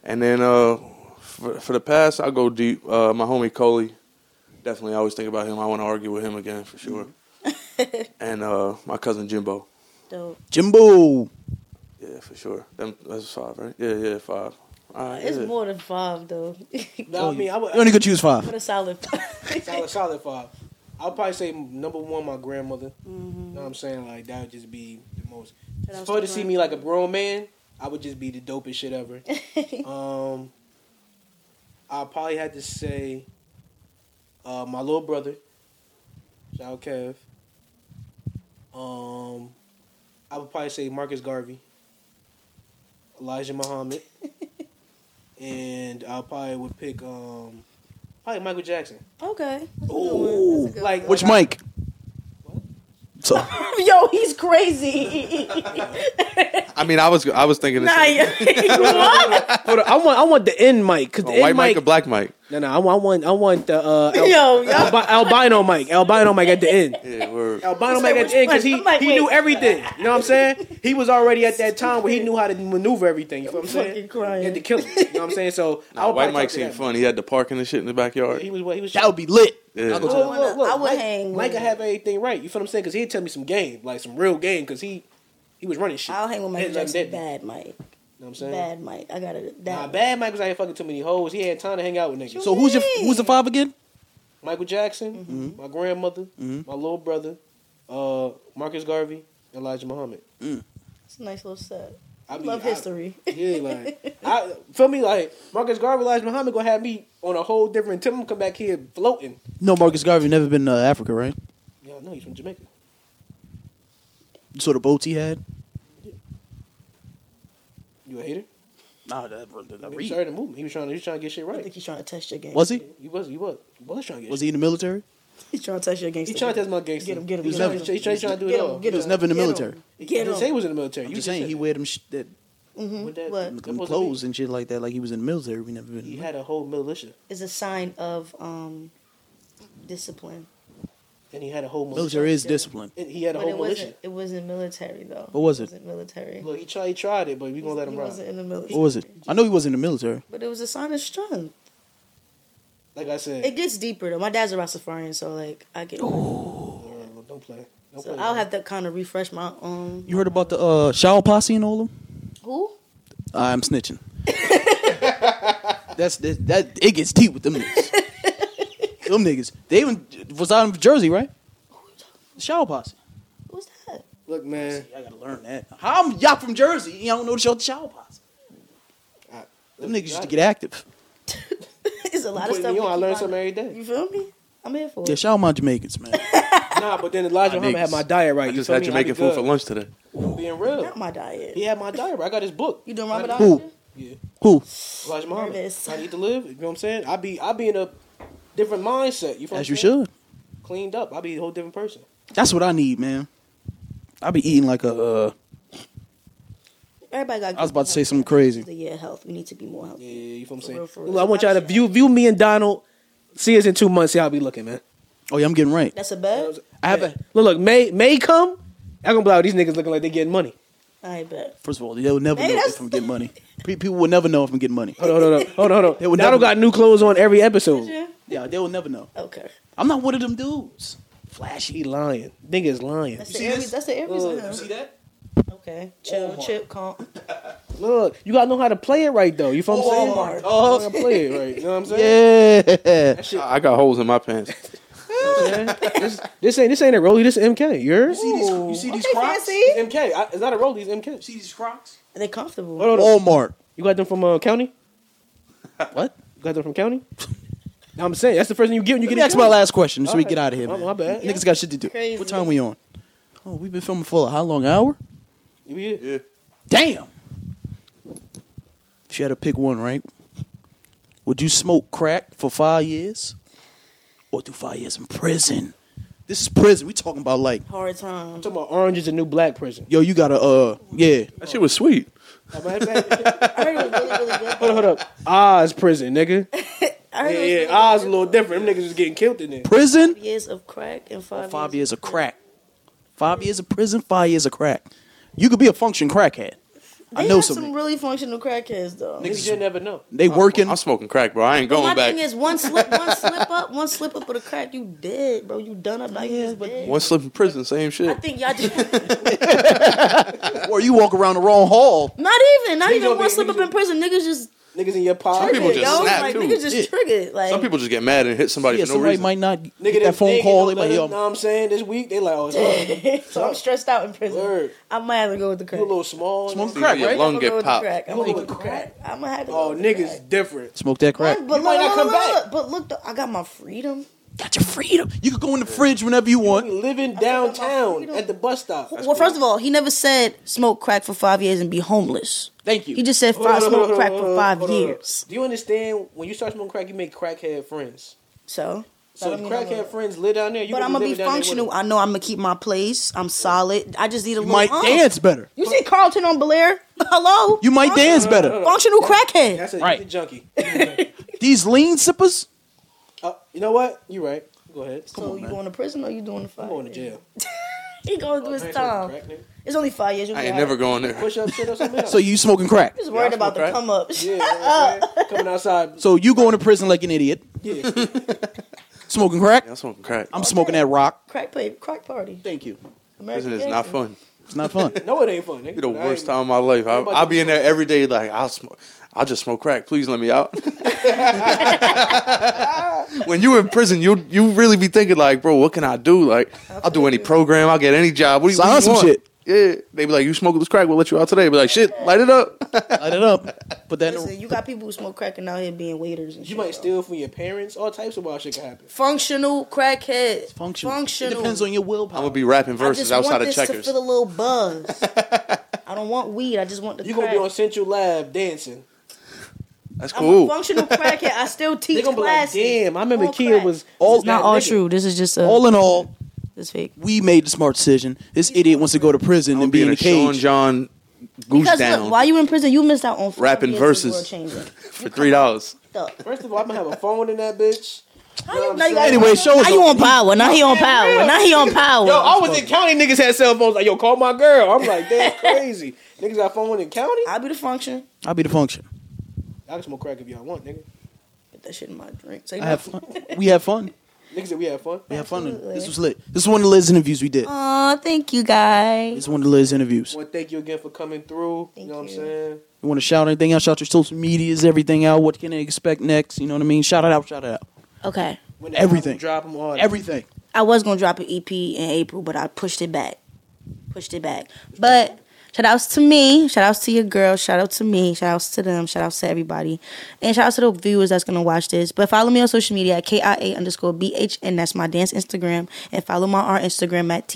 C: and then uh, for, for the past, I go deep. Uh, my homie Coley, definitely. I always think about him. I want to argue with him again for sure.
D: Mm-hmm.
C: and uh, my cousin Jimbo.
D: Dope.
A: Jimbo,
C: Yeah, for sure. Them, that's five, right? Yeah, yeah, five. All right,
D: Uh, It's
C: yeah.
D: more than five though.
B: No, I mean, I would.
A: Oh, you only could choose
D: Put
A: five.
D: a solid. five.
B: solid, solid five. I'll probably say number one, my grandmother. You know what I'm saying? Like that would just be the most.
D: Shout out
B: For her to
D: to
B: see
D: her.
B: me like a grown man, I would just be the dopest shit ever. um, I probably had to say uh, my little brother. Shout out Kev. Um, I would probably say Marcus Garvey, Elijah Muhammad, and I probably would pick um, probably Michael Jackson.
D: okay.
A: Ooh.
B: Like,
A: Which
B: like I-
A: Mike? So
D: Yo, he's crazy.
C: I mean, I was I was thinking. This
D: Nah, what?
B: Hold on, I want I want the end mic because the
C: a Oh, white
B: end
C: mic
B: mic.
C: or black mic?
B: no, no, I want I want I want the uh, al-
D: Yo, y'all-
B: albi- albino mic, albino mic at the end.
C: Yeah, word.
B: Albino
D: Say
B: mic at
D: which
B: the end because
D: one?
B: he,
D: I'm like,
B: he knew
D: wait.
B: everything. You know what I'm saying? He was already at that time where he knew how to maneuver everything. You feel what I'm saying?
D: fucking crying.
B: He had to kill him. You know what I'm saying? So I would probably
C: White mic
B: talk to
C: seemed
B: that.
C: fun. He had the parking and shit in the backyard.
B: He was what he was.
A: That would be lit.
C: Yeah.
A: I'll go to
B: Look,
A: that.
D: would
B: look, look,
D: I would
B: Mike-
D: hang with
B: Mike could
D: him.
B: have everything right. You feel what I'm saying? Because he'd tell me some game, like some real game, because he he was running shit.
D: I'll hang with Michael
B: Hit like
D: Jackson.
B: that.
D: Bad Mike.
B: You know what I'm saying?
D: Bad Mike. I got it.
B: Nah,
D: That.
B: bad Mike was out here fucking too many hoes. He had time to hang out with niggas.
A: So who's your who's the five again?
B: Michael Jackson,
D: Mm-hmm.
B: my grandmother,
A: Mm-hmm.
B: my little brother, uh, Marcus Garvey, and Elijah Muhammad.
D: It's a nice little set.
B: I
D: I
B: be-
D: love
B: I-
D: history.
B: Yeah, like I feel me like Marcus Garvey, Elijah Muhammad gonna have me on a whole different tim come back here floating.
A: No, Marcus Garvey never been to Africa, right?
B: Y'all know he's from Jamaica.
A: You saw the boats he had.
B: You a hater?
A: Nah, that, that,
B: He was started the movement. He was trying to he was trying to get shit
D: I
B: right.
D: think he's trying to test your game.
A: was he?
B: He was he was he was trying to get
A: Was
B: shit.
A: he in the military?
D: He's trying to test your gangster.
B: He trying to test my gangster.
D: Get him, get him,
B: He was
A: get
B: trying,
A: him.
B: he trying, he trying to do
D: Get
B: it
D: him,
B: all.
D: get
A: He was never in the
D: Get him.
A: military.
B: He
D: Get
B: didn't
D: him. Mm-hmm.
B: say he was in the military.
A: I'm
B: You
A: just saying
B: said
A: he
B: that.
A: wear them sh- that,
B: With that-
D: What?
A: them
B: that supposed to be-
A: clothes and shit like that, like he was in the military. We never been.
B: He had a whole militia,
D: Is a sign of um discipline.
B: and he had a whole militia.
A: military is discipline.
B: And he had a
D: But it
B: whole militia.
D: wasn't. It wasn't military though.
A: What was it?
D: wasn't military.
B: Look, he tried. He tried it, but we gonna let him
D: he wasn't
B: ride.
D: in the military.
A: What was it? I know he was in the military.
D: But it was a sign of strength.
B: Like I said,
D: It gets deeper though. My dad's a Rastafarian, so like I get.
B: uh, don't play. Don't
D: So
B: play.
D: I'll have to kind of refresh my own.
A: You heard about the uh, shower posse and all of them?
D: Who?
A: I'm snitching. That's that, that. It gets deep with them niggas. them niggas. They even was out in Jersey, right? Shower posse.
D: Who's that?
B: Look, man.
A: I gotta learn that. How am y'all from Jersey? You don't know the show shower posse.
B: I-
A: Them niggas used to get active.
D: it's a lot of
B: Put
D: stuff.
B: me on.
D: we
B: I
D: keep
B: learn
D: on-
B: something every day.
D: You feel me? I'm here for
A: Yeah,
D: it.
A: shout out my Jamaicans, man.
B: Nah, but then Elijah Muhammad had my diet right.
C: I
B: You
C: just
B: feel
C: had
B: me? I
C: Jamaican
B: be
C: food
B: good.
C: for lunch today.
B: Being real,
D: Not my diet.
B: he had my diet right. I got his book.
D: You doing Ramadan?
A: Who?
B: Yeah,
A: Who?
B: Elijah Muhammad.
D: Nervous.
B: How to eat to live. You know what I'm saying? I be I be in a different mindset. You feel
A: As
B: what I'm
A: you
B: saying?
A: should.
B: Cleaned up. I be a whole different person.
A: That's what I need, man. I be eating like a. Uh,
D: Everybody got.
A: I was about to say something crazy.
D: The year health. We need to be more healthy.
B: Yeah, you feel what I'm
D: For
B: saying?
D: real, for
B: Look,
D: real.
B: I want y'all to view view me and Donald. See us in two months. See how we looking, man.
A: Oh yeah, I'm getting right.
D: That's a bet.
A: I have a.
B: Look, look, May May come. I'm gonna blow these niggas looking like they getting money.
D: I bet.
A: First of all, they'll never
D: Hey,
A: know
D: that's-
A: if I'm getting money. Pe- People will never know if I'm getting money.
B: Hold on, hold on, hold on, hold on.
A: They would
B: Donald
A: never-
B: got new clothes on every episode.
D: Yeah.
A: Yeah, they will never know.
D: Okay.
A: I'm not one of them dudes.
B: Flashy lying, nigga's lying.
D: That's
A: You
D: the
A: see
D: Aries.
A: this? Uh,
D: That's the Aries. in him.
A: that? Oh,
D: Okay. Chill. Chip. Calm.
B: Look, you gotta know how to play it right though. You feel what I'm
D: Walmart.
B: saying? Oh, you gotta play it right. You know what I'm saying?
A: Yeah.
C: I I got holes in my pants.
B: This, this ain't this ain't a rollie. This is MK. Yours?
A: You see these? You see these
D: Okay,
A: Crocs?
D: fancy.
A: You
B: It's MK. I, it's not a rollie. It's MK.
A: see these Crocs?
D: They comfortable.
B: Hold on, hold on.
A: Walmart.
B: You got them from uh, county?
A: What?
B: You got them from county? I'm saying that's the first thing you get when you
A: You
B: get
A: can
B: in
A: ask my
B: county.
A: last question so we
B: Alright.
A: get out of here,
B: Oh,
A: man.
B: my bad.
A: Niggas got shit to do.
D: Crazy.
A: What time we on? Oh, we've been filming for like how long? An hour?
B: Yeah.
C: Yeah.
A: Damn. If you had to pick one, right? Would you smoke crack for five years, or do five years in prison? This is prison. We talking about like,
D: Hard time.
B: I'm talking about Orange is a new black prison.
A: yo, you gotta, uh, yeah.
C: That shit was sweet.
B: I heard
D: I heard it was really, really good.
B: hold up. Oz prison, nigga.
D: I
B: Yeah,
D: heard it was really,
B: yeah.
D: really
A: ah.
B: Oz a
D: good.
B: little different. Them niggas is getting killed in there.
A: Prison?
D: years of crack and five.
A: Five years of crack. Five years of prison. Five years of crack. You could be a function crackhead.
D: They
A: I know
D: have
A: some.
D: some really functional crackheads though.
B: Niggas you never know.
A: they working.
C: I'm smoking crack, bro. I ain't
D: my
C: going back.
D: thing is one slip, one slip up, one slip up with a crack, you dead, bro. You done up like
A: Yeah,
D: yeah,
A: but-
D: dead.
C: One slip in prison, same
D: I
C: shit.
D: think y'all just
A: or you walk around the wrong hall.
D: not even, not
B: Niggas
D: even
B: don't
D: one
B: be-
D: slip up
B: niggas-
D: in prison. Niggas just
B: Niggas in your pocket.
C: people
D: triggered,
C: just
D: yo.
C: snap,
D: like
C: too.
D: niggas just
A: Yeah.
D: triggered. Like
C: Some people just get mad and hit somebody
A: Yeah,
C: for no
A: somebody
C: reason.
A: might not
B: Nigga,
A: get that phone call. They
B: like,
A: might
B: you
A: hear.
B: know what I'm saying? This week, they like, oh, it's all-
D: so I'm stressed out in prison.
B: Word.
D: I might have to go with the
B: you
D: crack.
B: a little small.
A: Smoke
B: nigga.
A: crack,
C: Your
A: right?
C: lung
D: I'm
C: get
D: gonna go
C: popped.
D: with the crack. I'm
B: You go
D: gonna go
B: with
D: with the
B: the
D: crack. I'm gonna have to.
B: Oh,
D: go with the
B: niggas
D: crack.
B: different.
A: Smoke that crack.
D: But
B: You
D: look,
B: might not
D: look,
B: come
D: look,
B: back.
D: look, but look, though, I got my freedom.
A: Got your freedom. You can go in the fridge whenever you want.
B: We living
D: about
B: downtown
D: freedom.
B: at the bus stop.
D: well, first of all, he never said smoke crack for five years and be homeless.
A: Thank you.
D: He just said
B: Hold on,
D: five,
B: hold on,
D: smoke
B: hold on,
D: crack
B: hold
D: for
B: on,
D: five
B: hold on, hold on.
D: years.
B: Do you understand? When you start smoking crack, you make crackhead friends.
D: So
B: So
D: I
B: if
D: mean, I'm
B: crackhead
D: a-
B: friends live down there. You
D: But
B: can
D: I'm gonna
B: live
D: be
B: down there with
D: functional.
B: them.
D: I know I'm gonna keep my place. I'm solid. I just need a
A: You
D: little.
A: might
D: umph.
A: dance better.
D: You see Carlton on Belair? Hello.
A: You might
D: Functional-
A: dance better.
D: Functional crackhead.
B: That's a,
A: Right.
B: right. junkie.
A: These lean sippers.
B: Uh, you know what? You're right. Go ahead.
D: So you going to prison or you doing the five?
B: I'm going to jail.
D: He going to do his time. It's only five years. You'll
C: I
D: be
C: ain't
D: all
C: never
D: right.
C: going there.
B: Push up, sit up, something else.
A: So you smoking crack.
D: Just worried about the
C: crack.
D: come up.
B: yeah, you know what I'm saying? coming outside.
A: So you going to prison like an idiot,
B: Yeah,
A: smoking crack.
C: That's on crack.
A: I'm smoking that rock.
D: Crack play, crack party.
A: Thank you.
D: American
C: Prison is not
D: gangster.
C: fun.
A: It's not fun.
B: no, it ain't fun. Nigga.
C: Be the
B: I ain't-
C: worst time of my life. I, I'll be in there every day. Like I'll smoke. I'll just smoke crack. Please let me out. when you in prison, you you really be thinking like, bro, what can I do? Like, I'll do any program. I'll get any job. What do you,
A: Sign
C: what do you
A: some
C: want?
A: shit.
C: Yeah, they be like, you smoking this crack? We'll let you out today. Be like, shit, light it up.
A: Light it up. Put that.
D: Listen,
A: In,
D: you got people who smoke crack and out here being waiters. And
B: You
D: shit,
B: might
D: though.
B: steal from your parents. All types of wild shit can happen.
D: functional crackhead.
A: functional.
D: Functional.
A: It depends on your willpower.
C: I'm gonna be rapping
D: I
C: verses
D: just
C: outside
D: want
C: of
D: this to
C: checkers.
D: feel a little buzz. I don't want weed. I just want the
B: You gonna
D: crack.
B: be on Central Lab dancing.
C: That's
D: I'm a
C: cool.
D: functional crackhead. I still
B: They
D: teach
B: gonna be
D: classes.
B: like, damn. I remember
D: All
B: Kia
D: crack.
B: was
A: All-
B: was that
D: Not all
B: nigga.
D: true. This is just a
A: all in all,
D: This fake.
A: we made the smart decision. This idiot wants to go to prison
C: I'm
A: and be in
C: being
A: a
C: a Sean
A: cage.
C: John goose
D: Because
C: down
D: look, while you in prison, you missed out on fucking
C: Rapping
D: years of
C: verses.
D: world changing.
C: for three dollars.
D: Fucked up.
B: First of all, I'm gonna have a phone in that bitch.
D: How
B: know
D: you
B: what
D: know
B: I'm
D: you got-
B: saying?
A: Anyway, show us
D: Now you
A: a-
D: on power. Now he on power. Now he on power.
B: Yo, I was in county. Niggas had cell phones. Like, yo, call my girl. I'm like, that's crazy. niggas got phone in county. I
D: I'll be the function.
A: I'll be the function.
B: can smoke crack if y'all want, nigga.
D: Put that shit in my drink. Say
A: I have fun. We have fun.
B: Niggas said we had fun.
A: We have fun.
D: Absolutely.
A: This was lit. This is one of Liz's interviews we did.
D: Aw, thank you guys.
A: This is one of Liz's interviews.
B: Well, thank you again for coming through.
D: Thank
B: you know what
D: you.
B: I'm saying?
A: You want to shout anything out? Shout your social medias, everything out. What can they expect next? You know what I mean? Shout it out. Shout it out.
D: Okay.
B: When the
A: Everything.
B: album Drop them all. that.
A: Everything.
D: I was gonna drop an EP in April, but I pushed it back. Pushed it back. But shout outs to me, shout outs to your girl, shout out to me, shout outs to them, shout outs to everybody. And shout out to the viewers that's gonna watch this. But follow me on social media at KIA underscore BH and that's my dance Instagram. And follow my art Instagram at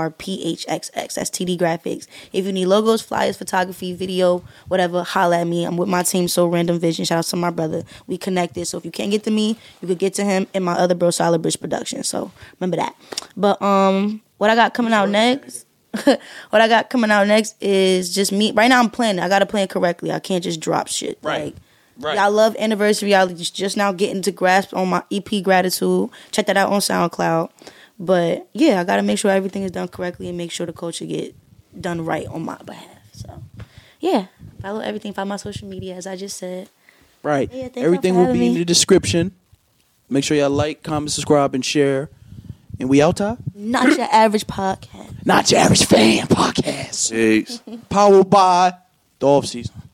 D: TDGRPHXX. That's TD Graphics. If you need logos, flyers, photography, video, whatever, holla at me. I'm with my team, so random vision. Shout out to my brother. We connected. So if you can't get to me, you could get to him and my other bro, Solid Bridge Production. So remember that. But um, what I got coming out next. what I got coming out next is just me. Right now, I'm planning. I gotta plan correctly. I can't just drop shit.
A: Right.
D: Like, Y'all love anniversary. Y'all just, just now getting to grasp on my EP gratitude. Check that out on SoundCloud. But yeah, I gotta make sure everything is done correctly and make sure the culture get done right on my behalf. So yeah, follow everything. Follow my social media as I just said.
A: Right.
D: Yeah, thank y'all
A: everything
D: for
A: will
D: having
A: be in
D: me.
A: the description. Make sure y'all like, comment, subscribe, and share. And we out, Ty?
D: Not your average podcast.
A: Not your average fan podcast.
C: Jeez.
A: Powered by the off season.